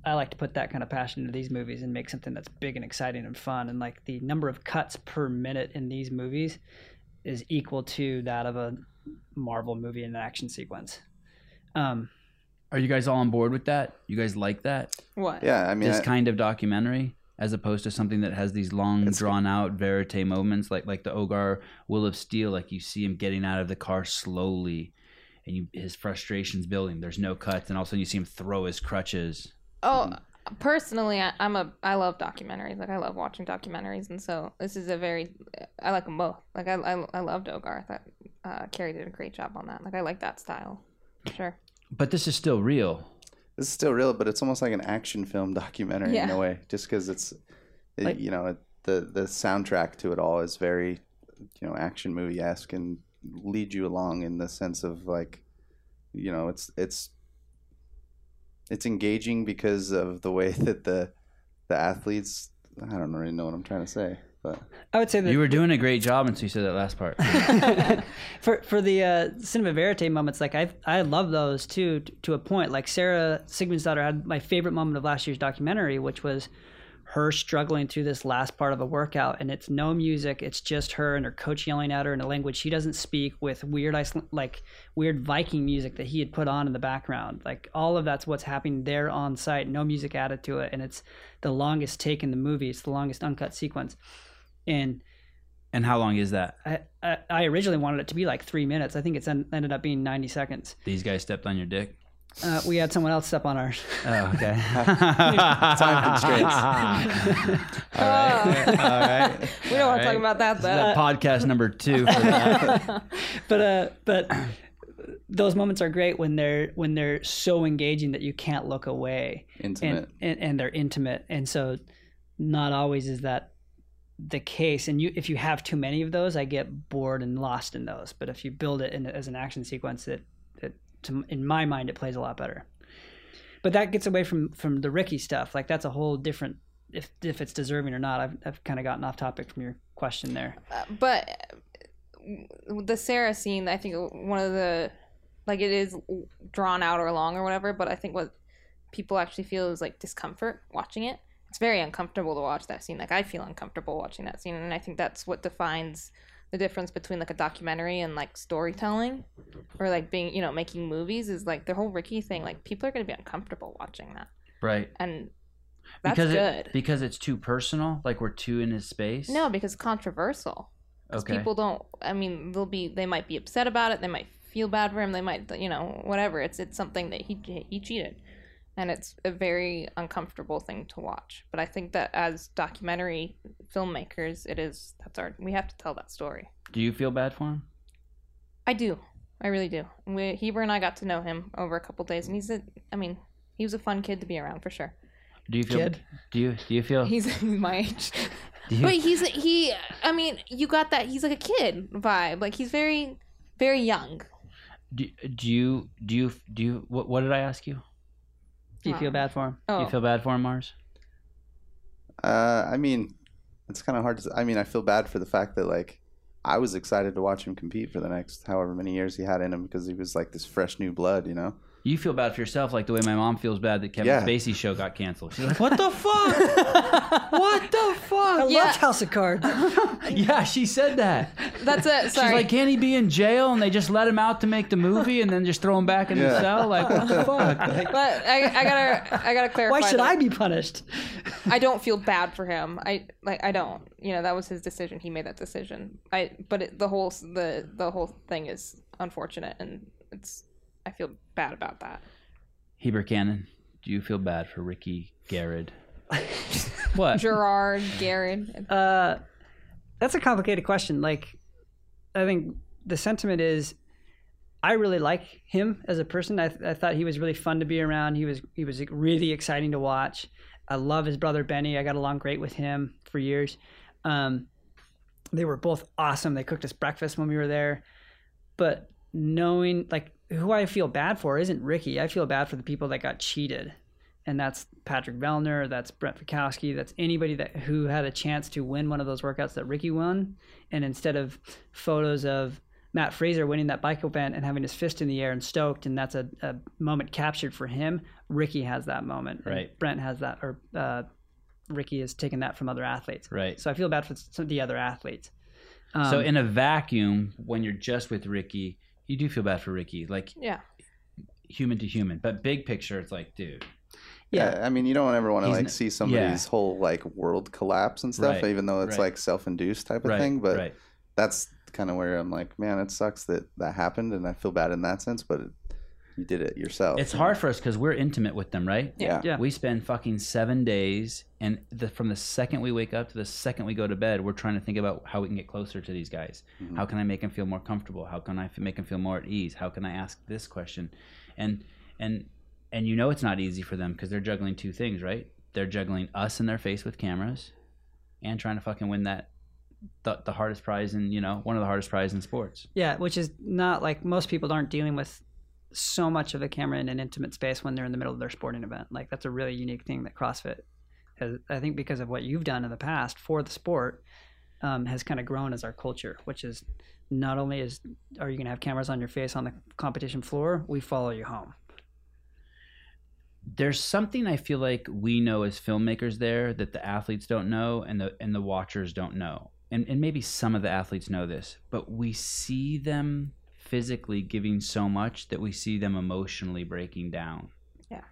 Speaker 2: I like to put that kind of passion into these movies and make something that's big and exciting and fun. And like the number of cuts per minute in these movies is equal to that of a Marvel movie in an action sequence. Um,
Speaker 1: Are you guys all on board with that? You guys like that?
Speaker 4: What?
Speaker 3: yeah i mean
Speaker 1: this
Speaker 3: I-
Speaker 1: kind of documentary as opposed to something that has these long
Speaker 3: It's-
Speaker 1: drawn out verite moments like like the Ogar Will of Steel like you see him getting out of the car slowly and you, his frustration's building. There's no cuts and all of a sudden you see him throw his crutches.
Speaker 4: Oh, personally, I, I'm a I love documentaries. Like I love watching documentaries, and so this is a very I like them both. Like I I, I loved Ogar. I thought uh, Carrie did a great job on that. Like I like that style. Sure.
Speaker 1: But this is still real.
Speaker 3: This is still real, but it's almost like an action film *laughs* documentary in
Speaker 4: Yeah.
Speaker 3: a way, just because it's, it-
Speaker 2: Like-
Speaker 3: you know, it, the the soundtrack to it all is very, you know, action movie esque and lead you along in the sense of like, you know, it's it's it's engaging because of the way *laughs* that the the athletes. I don't really know what I'm trying to say, but
Speaker 2: I would say that
Speaker 1: You were doing a great job until you said that last
Speaker 2: *laughs*
Speaker 1: part.
Speaker 2: for for the uh, cinema verite moments, like I I love those too t- to a point. Like Sarah Sigmund's daughter had my favorite moment of last year's documentary, which was her struggling through this last part of a workout and it's no music it's just her and her coach yelling at her in a language she doesn't speak with weird Iceland, like weird viking music that he had put on in the background like all of that's what's happening there on site no music added to it and it's the longest take in the movie it's the longest uncut sequence and
Speaker 1: And how long is that?
Speaker 2: i i, I originally wanted it to be like three minutes i think it's en- ended up being 90 seconds
Speaker 1: These guys stepped on your dick.
Speaker 2: uh, we had someone else step on ours *laughs*
Speaker 1: Oh, *laughs* okay.
Speaker 3: Time
Speaker 1: *laughs*
Speaker 3: constraints. All right.
Speaker 1: All right.
Speaker 4: Ah. *laughs* we don't want to talk about that
Speaker 1: This is that
Speaker 4: though.
Speaker 1: podcast number two.
Speaker 4: *laughs*
Speaker 1: For that.
Speaker 2: but uh but those moments are great when they're when they're so engaging that you can't look away
Speaker 3: Intimate.
Speaker 2: and, and and they're intimate and so not always is that the case and you if you have too many of those i get bored and lost in those but if you build it in, as an action sequence it, it to, in my mind it plays a lot better but that gets away from from the ricky stuff like that's a whole different if if it's deserving or not i've, I've kind of gotten off topic from your question there
Speaker 4: Uh, but uh, the Sarah scene, I think one of the like it is drawn out or long or whatever. But I think what people actually feel is like discomfort watching it. It's very uncomfortable to watch that scene. Like I feel uncomfortable watching that scene, and I think that's what defines the difference between like a documentary and like storytelling or like being you know making movies is like the whole Ricky thing. Like people are gonna be uncomfortable watching that,
Speaker 1: Right.
Speaker 4: and that's
Speaker 1: because
Speaker 4: good.
Speaker 1: It, because it's too personal. Like we're too in his space.
Speaker 4: no, because controversial. 'Cause
Speaker 1: Okay.
Speaker 4: people don't i mean they'll be they might be upset about it they might feel bad for him they might you know whatever it's it's something that he he cheated and it's a very uncomfortable thing to watch but i think that as documentary filmmakers it is that's our we have to tell that story
Speaker 1: Do you feel bad for him?
Speaker 4: i do i really do we, heber and i got to know him over a couple days and he's a i mean he was a fun kid to be around for sure
Speaker 1: Do you feel?
Speaker 2: Kid.
Speaker 1: Do you do you feel?
Speaker 4: he's, *laughs* he's my age
Speaker 1: do Oh. you-
Speaker 4: but he's he i mean you got that he's like a kid vibe like he's very very young
Speaker 1: do, do you do you do you what, what did I ask you?
Speaker 2: do you feel
Speaker 4: Wow.
Speaker 2: bad for him
Speaker 4: oh
Speaker 1: Do you feel bad for him, Mars?
Speaker 3: Uh, I mean, it's kind of hard to. I mean, I feel bad for the fact that like I was excited to watch him compete for the next however many years he had in him because he was like this fresh new blood, you know.
Speaker 1: You feel bad for yourself, like the way my mom feels bad that Kevin
Speaker 3: Yeah.
Speaker 1: Spacey's show got canceled.
Speaker 4: *laughs*
Speaker 1: She's like, "What the fuck?"
Speaker 2: *laughs* What the fuck? I
Speaker 4: Yeah.
Speaker 2: loved House of
Speaker 1: *laughs*
Speaker 2: Cards.
Speaker 1: yeah, she said that.
Speaker 4: *laughs* That's it.
Speaker 1: She's
Speaker 4: Sorry.
Speaker 1: like, "Can he be in jail?" And they just let him out to make the movie, and then just throw him back in the
Speaker 3: Yeah.
Speaker 1: cell. Like, what the fuck? Like,
Speaker 4: but I, I gotta, I gotta
Speaker 2: *laughs*
Speaker 4: clarify.
Speaker 2: Why should I
Speaker 4: that
Speaker 2: be punished?
Speaker 4: I don't feel bad for him. I like, I don't. You know, that was his decision. He made that decision. I. But it, the whole, the the whole thing is unfortunate, and it's. I feel bad about that.
Speaker 1: Heber Cannon, do you feel bad for Ricky Garrett? what?
Speaker 4: Gerard, Garin.
Speaker 2: Uh, that's a complicated question. Like, I think the sentiment is, I really like him as a person. I, I thought he was really fun to be around. He was he was really exciting to watch. I love his brother Benny. I got along great with him for years. Um, they were both awesome. They cooked us breakfast when we were there. But knowing like who I feel bad for isn't Ricky. I feel bad for the people that got cheated. And that's Patrick Vellner, that's Brent Fikowski, that's anybody that who had a chance to win one of those workouts that Ricky won. And instead of photos of Matt Fraser winning that bike event and having his fist in the air and stoked, and that's a, a moment captured for him. Ricky has that moment. and
Speaker 1: Right.
Speaker 2: Brent has that, or uh, Ricky has taken that from other athletes.
Speaker 1: Right.
Speaker 2: So I feel bad for some, the other athletes. Um,
Speaker 1: So in a vacuum, when you're just with Ricky, you do feel bad for Ricky, like
Speaker 4: Yeah.
Speaker 1: human to human. But big picture, it's like, dude,
Speaker 2: Yeah.
Speaker 3: Yeah, Uh, I mean, you don't ever want to
Speaker 1: He's
Speaker 3: like
Speaker 1: n-
Speaker 3: see somebody's whole like world collapse and stuff,
Speaker 1: Right,
Speaker 3: even though it's
Speaker 1: right.
Speaker 3: like self-induced type of
Speaker 1: right,
Speaker 3: thing. But
Speaker 1: right.
Speaker 3: that's kind of where I'm like, man, it sucks that that happened, and I feel bad in that sense. But it, you did it yourself.
Speaker 1: It's hard for us because we're intimate with them, right?
Speaker 3: oh, Yeah.
Speaker 2: Yeah.
Speaker 1: We spend fucking seven days, and the, from the second we wake up to the second we go to bed, we're trying to think about how we can get closer to these guys.
Speaker 3: Mhm.
Speaker 1: How can I make them feel more comfortable? How can I f- make them feel more at ease? How can I ask this question? And and and you know it's not easy for them because they're juggling two things, right? They're juggling us in their face with cameras, and trying to fucking win that the, the hardest prize in you know one of the hardest prizes in sports.
Speaker 2: yeah, which is not like most people aren't dealing with so much of a camera in an intimate space when they're in the middle of their sporting event. Like that's a really unique thing that CrossFit has, I think, because of what you've done in the past for the sport, um, has kind of grown as our culture, which is not only is are you going to have cameras on your face on the competition floor, we follow you home.
Speaker 1: there's something I feel like we know as filmmakers there that the athletes don't know and the and the watchers don't know. And and maybe some of the athletes know this, but we see them physically giving so much that we see them emotionally breaking down.
Speaker 4: Yeah.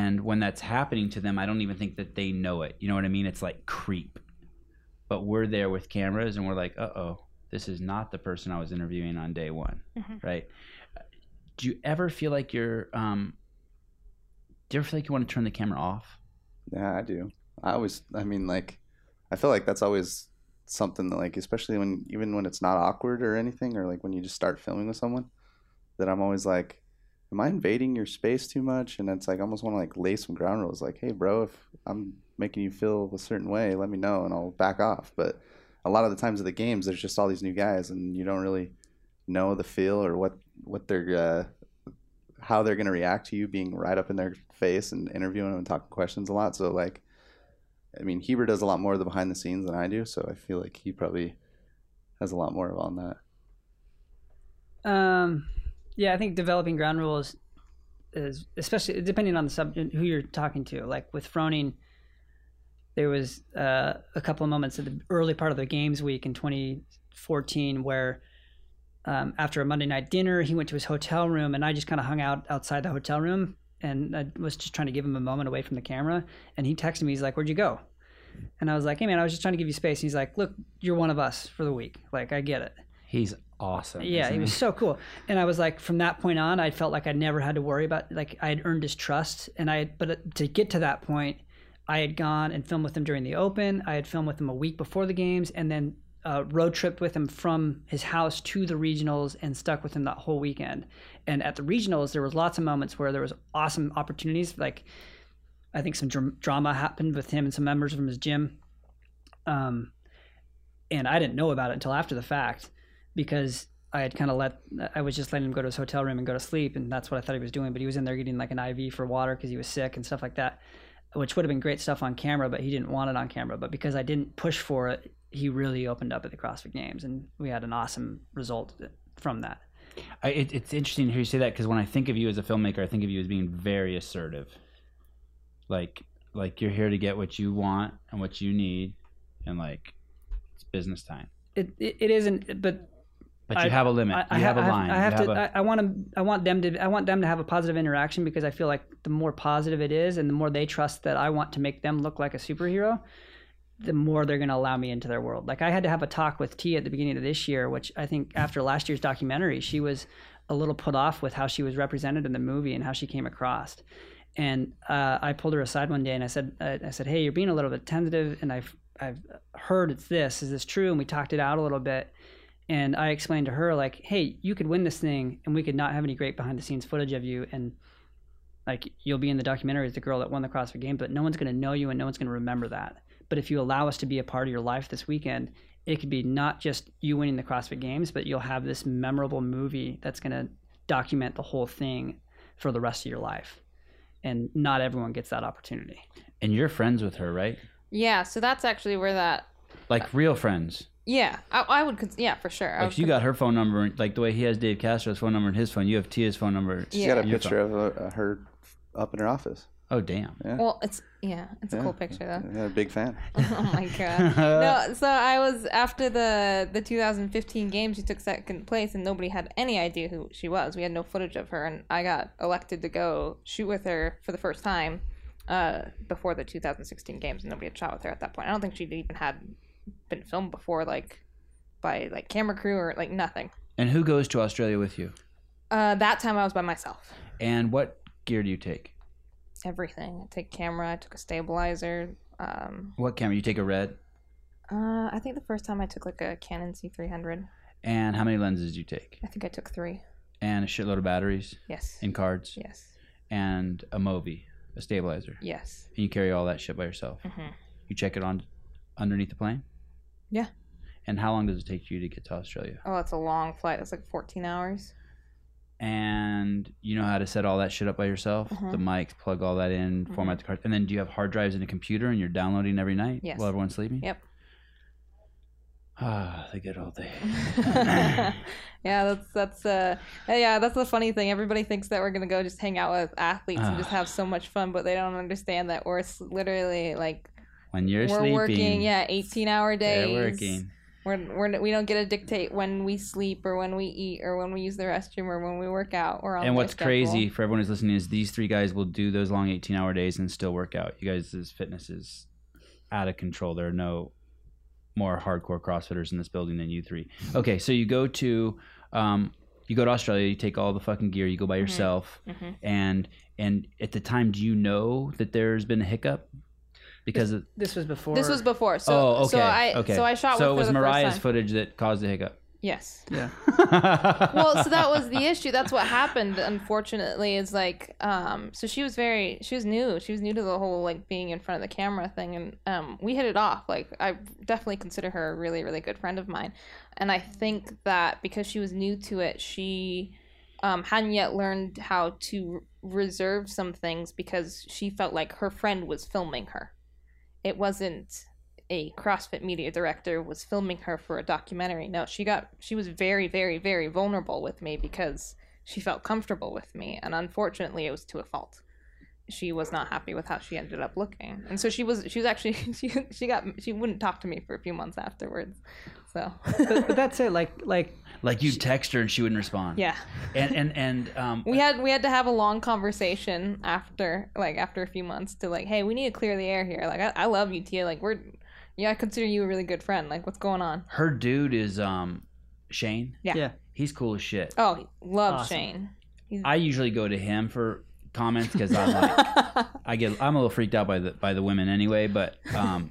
Speaker 1: And when that's happening to them, I don't even think that they know it. You know what I mean? It's like creep. But we're there with cameras and we're like, "Uh oh, this is not the person I was interviewing on day one."
Speaker 4: Mhm.
Speaker 1: Right? Do you ever feel like you're um do you ever feel like you want to turn the camera off?
Speaker 3: Yeah, I do. I always, I mean, like, I feel like that's always something that, like, especially when, even when it's not awkward or anything, or like when you just start filming with someone, that I'm always like, am I invading your space too much? And it's like, I almost want to, like, lay some ground rules, like, hey, bro, if I'm making you feel a certain way, let me know and I'll back off. But a lot of the times at the games, there's just all these new guys and you don't really know the feel or what, what they're, uh, how they're going to react to you being right up in their face and interviewing them and talking questions a lot. So like, I mean, Heber does a lot more of the behind the scenes than I do. So I feel like he probably has a lot more of on that.
Speaker 2: Um, yeah, I think developing ground rules is especially depending on the sub who you're talking to. Like with Froning, there was uh, a couple of moments at the early part of the games week in 2014 where um, after a Monday night dinner, he went to his hotel room, and I just kind of hung out outside the hotel room and I was just trying to give him a moment away from the camera. And he texted me, he's like, "Where'd you go?" And I was like, "Hey man, I was just trying to give you space." And he's like, "Look, you're one of us for the week. Like, I get it."
Speaker 1: He's awesome.
Speaker 2: Yeah,
Speaker 1: isn't
Speaker 2: it was so cool. And I was like, from that point on, I felt like I never had to worry about like I had earned his trust. And I, but uh, to get to that point, I had gone and filmed with him during the Open. I had filmed with him a week before the games, and then uh, road tripped with him from his house to the regionals and stuck with him that whole weekend. And at the regionals, there was lots of moments where there was awesome opportunities. Like I think some dr- drama happened with him and some members from his gym. Um, and I didn't know about it until after the fact because I had kind of let I was just letting him go to his hotel room and go to sleep, and that's what I thought he was doing. But he was in there getting like an IV for water because he was sick and stuff like that, which would have been great stuff on camera, but he didn't want it on camera. But because I didn't push for it, he really opened up at the CrossFit Games, and we had an awesome result from that.
Speaker 1: I, it, it's interesting to hear you say that because when I think of you as a filmmaker, I think of you as being very assertive. Like, like you're here to get what you want and what you need, and like it's business time.
Speaker 2: It it, it isn't, but
Speaker 1: But you
Speaker 2: I-
Speaker 1: have a limit.
Speaker 2: I, I
Speaker 1: you
Speaker 2: ha-
Speaker 1: have a
Speaker 2: I
Speaker 1: line.
Speaker 2: I
Speaker 1: you
Speaker 2: have to.
Speaker 1: a-
Speaker 2: I I want them. I want them to. I want them to have a positive interaction because I feel like the more positive it is, and the more they trust that I want to make them look like a superhero, the more they're going to allow me into their world. Like I had to have a talk with T at the beginning of this year, which I think after last year's documentary, she was a little put off with how she was represented in the movie and how she came across. And uh, I pulled her aside one day and I said, uh, I I said, hey, you're being a little bit tentative, and I've I've heard it's this. Is this true? And we talked it out a little bit. And I explained to her like, hey, you could win this thing, and we could not have any great behind the scenes footage of you, and like you'll be in the documentary as the girl that won the CrossFit game, but no one's going to know you and no one's going to remember that. But if you allow us to be a part of your life this weekend, it could be not just you winning the CrossFit games, but you'll have this memorable movie that's going to document the whole thing for the rest of your life. And not everyone gets that opportunity.
Speaker 1: and you're friends with her, right?
Speaker 4: Yeah, so that's actually where that.
Speaker 1: Like real friends.
Speaker 4: Yeah, I, I would. Cons- yeah, for sure. I
Speaker 1: Like
Speaker 4: would
Speaker 1: you got her phone number, and- like the way he has Dave Castro's phone number and his phone. You have Tia's phone number.
Speaker 4: She's
Speaker 3: She's got a
Speaker 1: and your
Speaker 3: picture
Speaker 1: phone.
Speaker 3: of uh, her up in her office.
Speaker 1: Oh
Speaker 2: *laughs*
Speaker 1: damn!
Speaker 3: Yeah.
Speaker 4: Well, it's yeah, it's
Speaker 3: Yeah.
Speaker 4: a cool picture though.
Speaker 3: Yeah, big
Speaker 1: *laughs*
Speaker 3: fan.
Speaker 4: *laughs* oh my god. No, so I was after the the 2015 game. She took second place, and nobody had any idea who she was. We had no footage of her, and I got elected to go shoot with her for the first time uh, before the 2016 games, and nobody had shot with her at that point. I don't think she'd even had been filmed before, like by like camera crew or like nothing.
Speaker 1: And who goes to Australia with you?
Speaker 4: Uh, that time I was by myself.
Speaker 1: And what gear do you take?
Speaker 4: Everything. I take camera. I took a stabilizer. Um,
Speaker 1: What camera? You take a red.
Speaker 4: uh, I think the first time I took like a Canon C300.
Speaker 1: And how many lenses do you take?
Speaker 4: I think I took three.
Speaker 1: And a shitload of batteries
Speaker 4: Yes.
Speaker 1: and cards.
Speaker 4: Yes.
Speaker 1: and a Mobi, a stabilizer.
Speaker 4: Yes.
Speaker 1: And you carry all that shit by yourself.
Speaker 4: Mhm.
Speaker 1: You check it on underneath the plane?
Speaker 4: Yeah.
Speaker 1: And how long does it take you to get to Australia?
Speaker 4: Oh, that's a long flight. That's like 14 hours.
Speaker 1: And you know how to set all that shit up by yourself?
Speaker 4: Mhm.
Speaker 1: The mics, plug all that in,
Speaker 4: Mm-hmm.
Speaker 1: format the cards. And *laughs* then do you have hard drives in a computer and you're downloading every night
Speaker 4: Yes.
Speaker 1: while everyone's sleeping?
Speaker 4: Yep.
Speaker 1: Ah, the good old days.
Speaker 4: *laughs* *laughs*
Speaker 1: *laughs*
Speaker 4: yeah, that's that's uh yeah, that's the funny thing. Everybody thinks that we're gonna go just hang out with athletes and
Speaker 1: Ah.
Speaker 4: just have so much fun, but they don't understand that we're s- literally like
Speaker 1: When you're
Speaker 4: we're
Speaker 1: sleeping,
Speaker 4: working, yeah, eighteen hour days.
Speaker 1: they're working.
Speaker 4: We're, we're, we don't get to dictate when we sleep or when we eat or when we use the restroom or when we work out. We're on
Speaker 1: And
Speaker 4: their
Speaker 1: what's
Speaker 4: schedule.
Speaker 1: crazy for everyone who's listening is these three guys will do those long 18 hour days and still work out. You guys' fitness is out of control. There are no more hardcore CrossFitters in this building than you three. Okay, so you go to um, you go to Australia, you take all the fucking gear, you go by
Speaker 2: Mm-hmm.
Speaker 4: Mhm.
Speaker 1: yourself,
Speaker 4: Mhm.
Speaker 1: and and at the time, do you know that there's been a hiccup because of,
Speaker 2: This was before.
Speaker 4: This was before. So,
Speaker 1: oh okay
Speaker 4: so I
Speaker 1: okay
Speaker 4: so I
Speaker 1: so
Speaker 4: shot with
Speaker 1: it
Speaker 4: her
Speaker 1: was
Speaker 4: the first
Speaker 1: Mariah's
Speaker 4: time.
Speaker 1: footage that caused the hiccup.
Speaker 4: Yes.
Speaker 2: Yeah.
Speaker 1: *laughs*
Speaker 4: well, so that
Speaker 2: *laughs*
Speaker 4: was the issue. That's what happened. Unfortunately, is like, um, so she was very, she was new. She was new to the whole like being in front of the camera thing, and um, we hit it off. Like, I definitely consider her a really, really good friend of mine, and I think that because she was new to it, she um, hadn't yet learned how to reserve some things because she felt like her friend was filming her. It wasn't a CrossFit media director was filming her for a documentary. No, she got she was very, very, very vulnerable with me because she felt comfortable with me, and unfortunately, it was to a fault. She was not happy with how she ended up looking, and so she was she was actually *laughs* she she got she wouldn't talk to me for a few months afterwards. So
Speaker 2: but, but that's it. Like like
Speaker 1: like you text her and she wouldn't respond.
Speaker 4: yeah,
Speaker 1: and and and um,
Speaker 4: we had we had to have a long conversation after like after a few months to like, hey, we need to clear the air here. Like I, I love you, Tia. Like we're yeah, I consider you a really good friend. Like what's going on?
Speaker 1: her dude is um Shane.
Speaker 4: Yeah.
Speaker 2: Yeah.
Speaker 1: He's cool as shit.
Speaker 4: Oh, love
Speaker 2: Awesome.
Speaker 4: Shane.
Speaker 1: I usually go to him for comments because I'm like *laughs* I get I'm a little freaked out by the by the women anyway, but um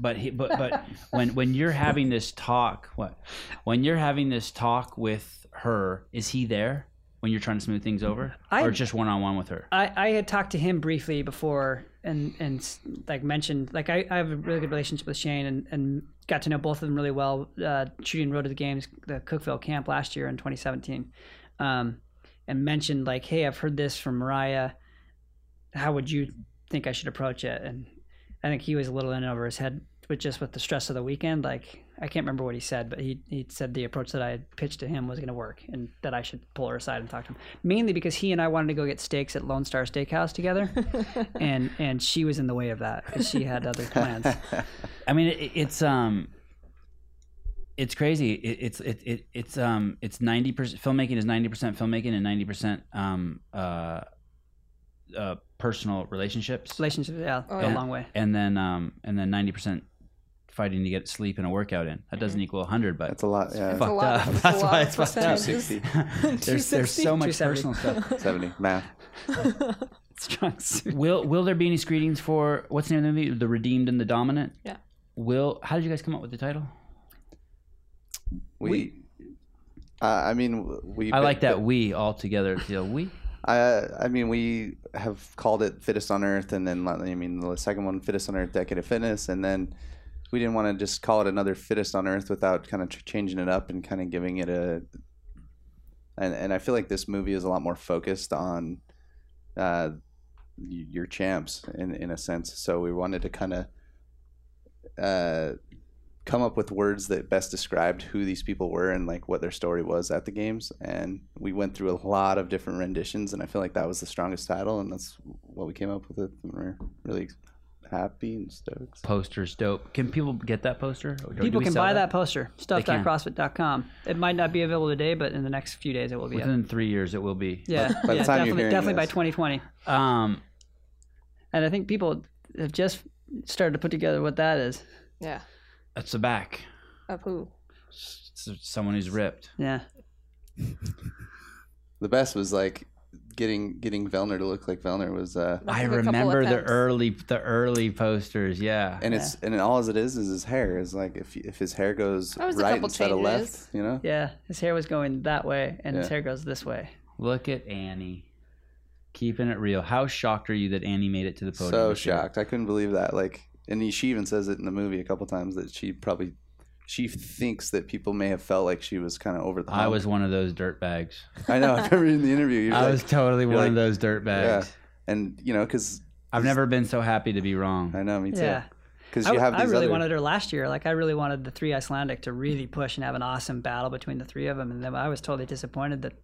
Speaker 1: but he, but but when when you're having this talk what when you're having this talk with her, is he there when you're trying to smooth things over?
Speaker 2: I-
Speaker 1: or just one on one with her?
Speaker 2: I, I had talked to him briefly before and and like mentioned like I, I have a really good relationship with Shane and, and got to know both of them really well uh, shooting Road to the Games the Cookville camp last year in 2017 um, and mentioned like hey I've heard this from Mariah how would you think I should approach it and I think he was a little in over his head with just with the stress of the weekend like I can't remember what he said but he he said the approach that I had pitched to him was going to work and that I should pull her aside and talk to him mainly because he and I wanted to go get steaks at Lone Star Steakhouse together,
Speaker 3: *laughs*
Speaker 2: and and she was in the way of that because she had other
Speaker 3: *laughs*
Speaker 2: plans.
Speaker 1: I mean, it, it's um, it's crazy. It, it's it, it it's um, it's ninety percent filmmaking is ninety percent filmmaking and ninety percent um uh, uh personal relationships,
Speaker 2: Relationships, yeah,
Speaker 4: Oh,
Speaker 2: go
Speaker 1: yeah.
Speaker 2: a long way.
Speaker 1: and then um and then ninety percent fighting to get sleep and a workout in. That doesn't equal hundred, but
Speaker 3: That's a lot. Yeah.
Speaker 1: fucked
Speaker 4: a lot.
Speaker 1: up.
Speaker 4: That's a
Speaker 1: That's
Speaker 4: lot
Speaker 1: why
Speaker 4: of
Speaker 1: it's fucked up.
Speaker 4: percentages.
Speaker 3: 260,
Speaker 1: *laughs* There's there's so much
Speaker 2: 270.
Speaker 1: personal stuff.
Speaker 3: 70, math.
Speaker 2: Strong suit.
Speaker 1: Will Will there be any screenings for what's the name of the movie? The Redeemed and the Dominant.
Speaker 4: Yeah.
Speaker 1: Will how did you guys come up with the title?
Speaker 3: We. uh, I mean, w- we.
Speaker 1: I like that we all together deal. We
Speaker 3: I, I mean, we have called it Fittest on Earth, and then I mean, the second one, Fittest on Earth, Decade of Fitness, and then we didn't want to just call it another Fittest on Earth without kind of ch- changing it up and kind of giving it a. And and I feel like this movie is a lot more focused on, uh, y- your champs in in a sense. So we wanted to kind of. Uh, come up with words that best described who these people were and like what their story was at the games and we went through a lot of different renditions and i feel like that was the strongest title and that's what we came up with and we're really happy and stoked
Speaker 1: poster's dope. Can people get that poster? Or do
Speaker 2: People
Speaker 1: we
Speaker 2: can
Speaker 1: sell
Speaker 2: buy that, poster stuff.crossfit.com. It might not be available today, but in the next few days it will be. up.
Speaker 1: Within three years, it will be.
Speaker 2: yeah,
Speaker 3: *laughs* by the
Speaker 2: yeah,
Speaker 3: time you're
Speaker 2: definitely,
Speaker 3: hearing
Speaker 2: definitely by
Speaker 3: this.
Speaker 2: 2020.
Speaker 1: Um,
Speaker 2: And I think people have just started to put together what that is.
Speaker 4: Yeah.
Speaker 1: that's the back.
Speaker 4: Of who?
Speaker 1: S- someone who's ripped.
Speaker 2: Yeah,
Speaker 3: the best was like getting getting velner to look like velner was uh
Speaker 4: That
Speaker 1: I
Speaker 4: took a couple
Speaker 1: remember the
Speaker 4: attempts.
Speaker 1: early the early posters. Yeah.
Speaker 3: and it's and all as it is is his hair is like if if his hair goes
Speaker 4: That was a
Speaker 3: right
Speaker 4: couple
Speaker 3: instead of left
Speaker 4: changes.
Speaker 3: you know
Speaker 2: yeah. His hair was going that way, and his
Speaker 3: Yeah.
Speaker 2: hair goes this way.
Speaker 1: Look at Annie, keeping it real. How shocked are you that Annie made it to the podium?
Speaker 3: so
Speaker 1: this year?
Speaker 3: shocked i couldn't believe that like and he- she even says it in the movie a couple times that she probably she thinks that people may have felt like she was kind of over the
Speaker 1: I
Speaker 3: hump.
Speaker 1: was one of those dirt bags.
Speaker 3: *laughs* i know i remember in the interview
Speaker 1: *laughs*
Speaker 3: you
Speaker 1: I was totally one
Speaker 3: you're
Speaker 1: of
Speaker 3: like-
Speaker 1: those dirt bags.
Speaker 3: and you know because
Speaker 1: I've never been so happy to be wrong.
Speaker 3: i know me too
Speaker 2: Yeah.
Speaker 3: because
Speaker 2: I,
Speaker 3: you have
Speaker 2: I
Speaker 3: these
Speaker 2: really
Speaker 3: other.
Speaker 2: wanted
Speaker 3: *laughs*
Speaker 2: her last year. Like I really wanted the three Icelandic to really push and have an awesome battle between the three of them. And then I was totally disappointed that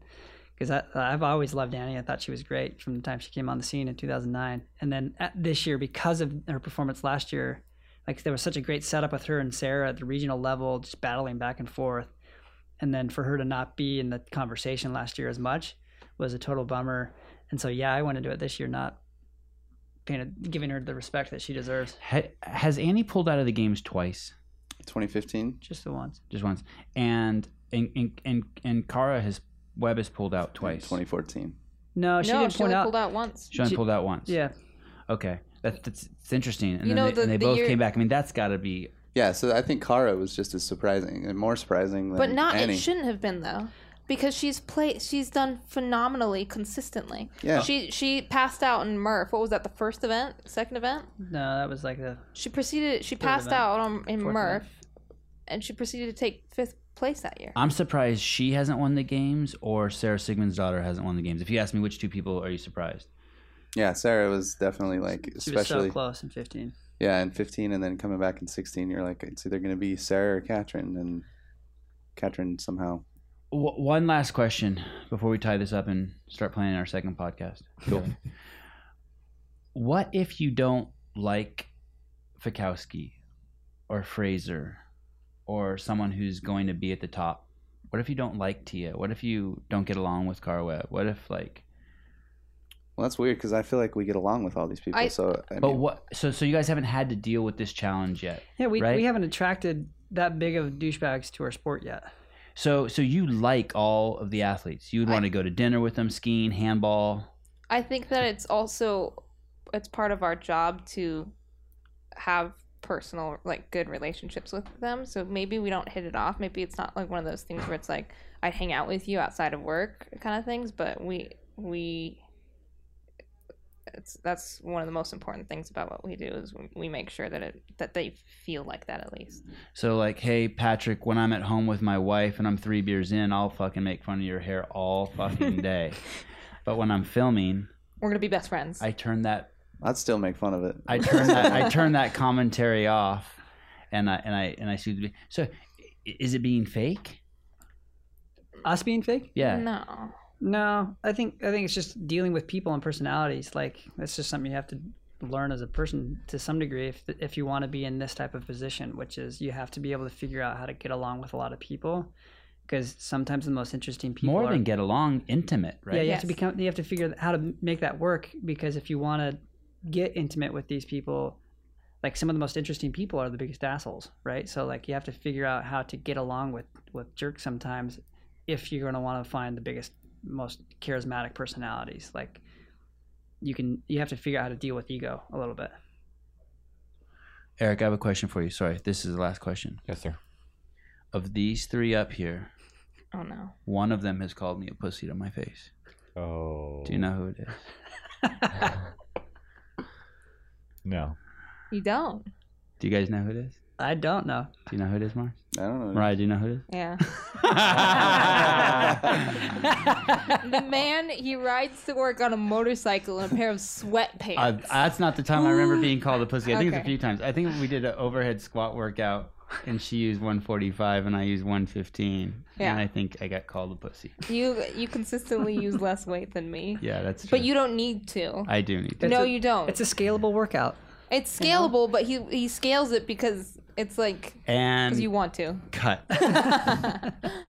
Speaker 2: because I've always loved Annie. I thought she was great from the time she came on the scene in 2009. And then at, this year, because of her performance last year, like there was such a great setup with her and Sarah at the regional level, just battling back and forth. And then for her to not be in the conversation last year as much was a total bummer. And so yeah, I want to do it this year, not paying it, giving her the respect that she deserves.
Speaker 1: Ha- has Annie pulled out of the games twice?
Speaker 3: 2015,
Speaker 2: Just the once.
Speaker 1: just once, and and and and, and Kara has Webb has pulled out twice.
Speaker 3: 2014.
Speaker 2: No, she
Speaker 4: no,
Speaker 2: didn't
Speaker 4: she
Speaker 2: point
Speaker 4: only
Speaker 2: out.
Speaker 4: pulled out once.
Speaker 1: She only pulled out once.
Speaker 2: Yeah,
Speaker 1: Okay, that, that's it's interesting. And then
Speaker 4: You know,
Speaker 1: they,
Speaker 4: the-
Speaker 1: and they
Speaker 4: the
Speaker 1: both
Speaker 4: year-
Speaker 1: came back. I mean, that's got to be
Speaker 3: Yeah, so I think Kara was just as surprising and more surprising than
Speaker 4: But not
Speaker 3: Annie.
Speaker 4: it shouldn't have been though. Because she's played she's done phenomenally consistently.
Speaker 3: Yeah.
Speaker 4: She she passed out in Murph. What was that, the first event? Second event?
Speaker 2: no, that was like the
Speaker 4: She proceeded she passed
Speaker 2: event.
Speaker 4: out on in
Speaker 2: Fourth
Speaker 4: Murph and she proceeded to take fifth place that year.
Speaker 1: I'm surprised she hasn't won the games or Sarah Sigmund's daughter hasn't won the games. If you ask me which two people are you surprised?
Speaker 3: Yeah, Sarah was definitely like,
Speaker 2: she was
Speaker 3: especially
Speaker 2: so close in 15.
Speaker 3: yeah, in 15, and then coming back in 16, you're like, it's either going to be Sarah or Katrin, and Katrin somehow.
Speaker 1: W- one last question before we tie this up and start planning our second podcast.
Speaker 3: Cool.
Speaker 1: *laughs* What if you don't like Fakowski or Fraser or someone who's going to be at the top? What if you don't like Tia? What if you don't get along with Cara Webb? What if like
Speaker 3: Well, that's weird because I feel like we get along with all these people.
Speaker 4: I-
Speaker 3: so, I
Speaker 1: But
Speaker 3: mean,
Speaker 1: what so so you guys haven't had to deal with this challenge yet.
Speaker 2: Yeah, we,
Speaker 1: Right?
Speaker 2: we haven't attracted that big of douchebags to our sport yet.
Speaker 1: So so you like all of the athletes. You'd
Speaker 4: I-
Speaker 1: want to go to dinner with them, skiing, handball.
Speaker 4: I think that it's also it's part of our job to have personal like good relationships with them. So maybe we don't hit it off. Maybe it's not like one of those things where it's like I'd hang out with you outside of work kind of things, but we we it's that's one of the most important things about what we do is we- we make sure that it that they feel like that at least.
Speaker 1: So like, hey Patrick, when I'm at home with my wife and I'm three beers in, I'll fucking make fun of your hair all fucking day. but when I'm filming,
Speaker 4: We're going to be best friends.
Speaker 1: I turn that
Speaker 3: I'd still make fun of it.
Speaker 1: I turn that I turn that commentary off, and I and I and I see. The, so i- is it being fake?
Speaker 2: Us being fake?
Speaker 1: Yeah.
Speaker 4: No.
Speaker 2: No, I think I think it's just dealing with people and personalities. Like that's just something you have to learn as a person to some degree if if you want to be in this type of position, which is you have to be able to figure out how to get along with a lot of people because sometimes the most interesting people
Speaker 1: More
Speaker 2: are,
Speaker 1: than get along, intimate, right?
Speaker 2: Yeah, you have to
Speaker 4: Yes.
Speaker 2: become. You have to figure out how to make that work because if you want to get intimate with these people, like some of the most interesting people are the biggest assholes, right? So like you have to figure out how to get along with with jerks sometimes if you're going to want to find the biggest, most charismatic personalities. Like you can, you have to figure out how to deal with ego a little bit. *laughs*
Speaker 1: Eric, I have a question for you. Sorry, this is the last question.
Speaker 5: Yes, sir.
Speaker 1: Of these three up here,
Speaker 4: Oh no.
Speaker 1: one of them has called me a pussy to my face.
Speaker 5: Oh.
Speaker 1: Do you know who it is?
Speaker 5: No.
Speaker 4: You don't.
Speaker 1: Do you guys know who it is?
Speaker 2: I don't know.
Speaker 1: Do you know who it is, Mars?
Speaker 3: I don't know.
Speaker 1: Mariah, do you know who it is?
Speaker 4: Yeah. *laughs*
Speaker 1: Uh, I,
Speaker 4: the man he rides to work on a motorcycle in a pair of sweatpants.
Speaker 1: that's not the time I remember being called a pussy. I think it's a
Speaker 4: Okay.
Speaker 1: few times. I think we did an overhead squat workout, and she used 145, and I used 115.
Speaker 4: Yeah.
Speaker 1: And I think I got called a pussy.
Speaker 4: You you consistently use less weight than me.
Speaker 1: Yeah, that's true.
Speaker 4: But you don't need to.
Speaker 1: I do need to.
Speaker 4: no, you don't.
Speaker 2: It's
Speaker 4: It's,
Speaker 2: a scalable workout.
Speaker 4: scalable, but he he scales it because it's like
Speaker 1: And *laughs*
Speaker 4: *laughs* because you want to.
Speaker 1: cut.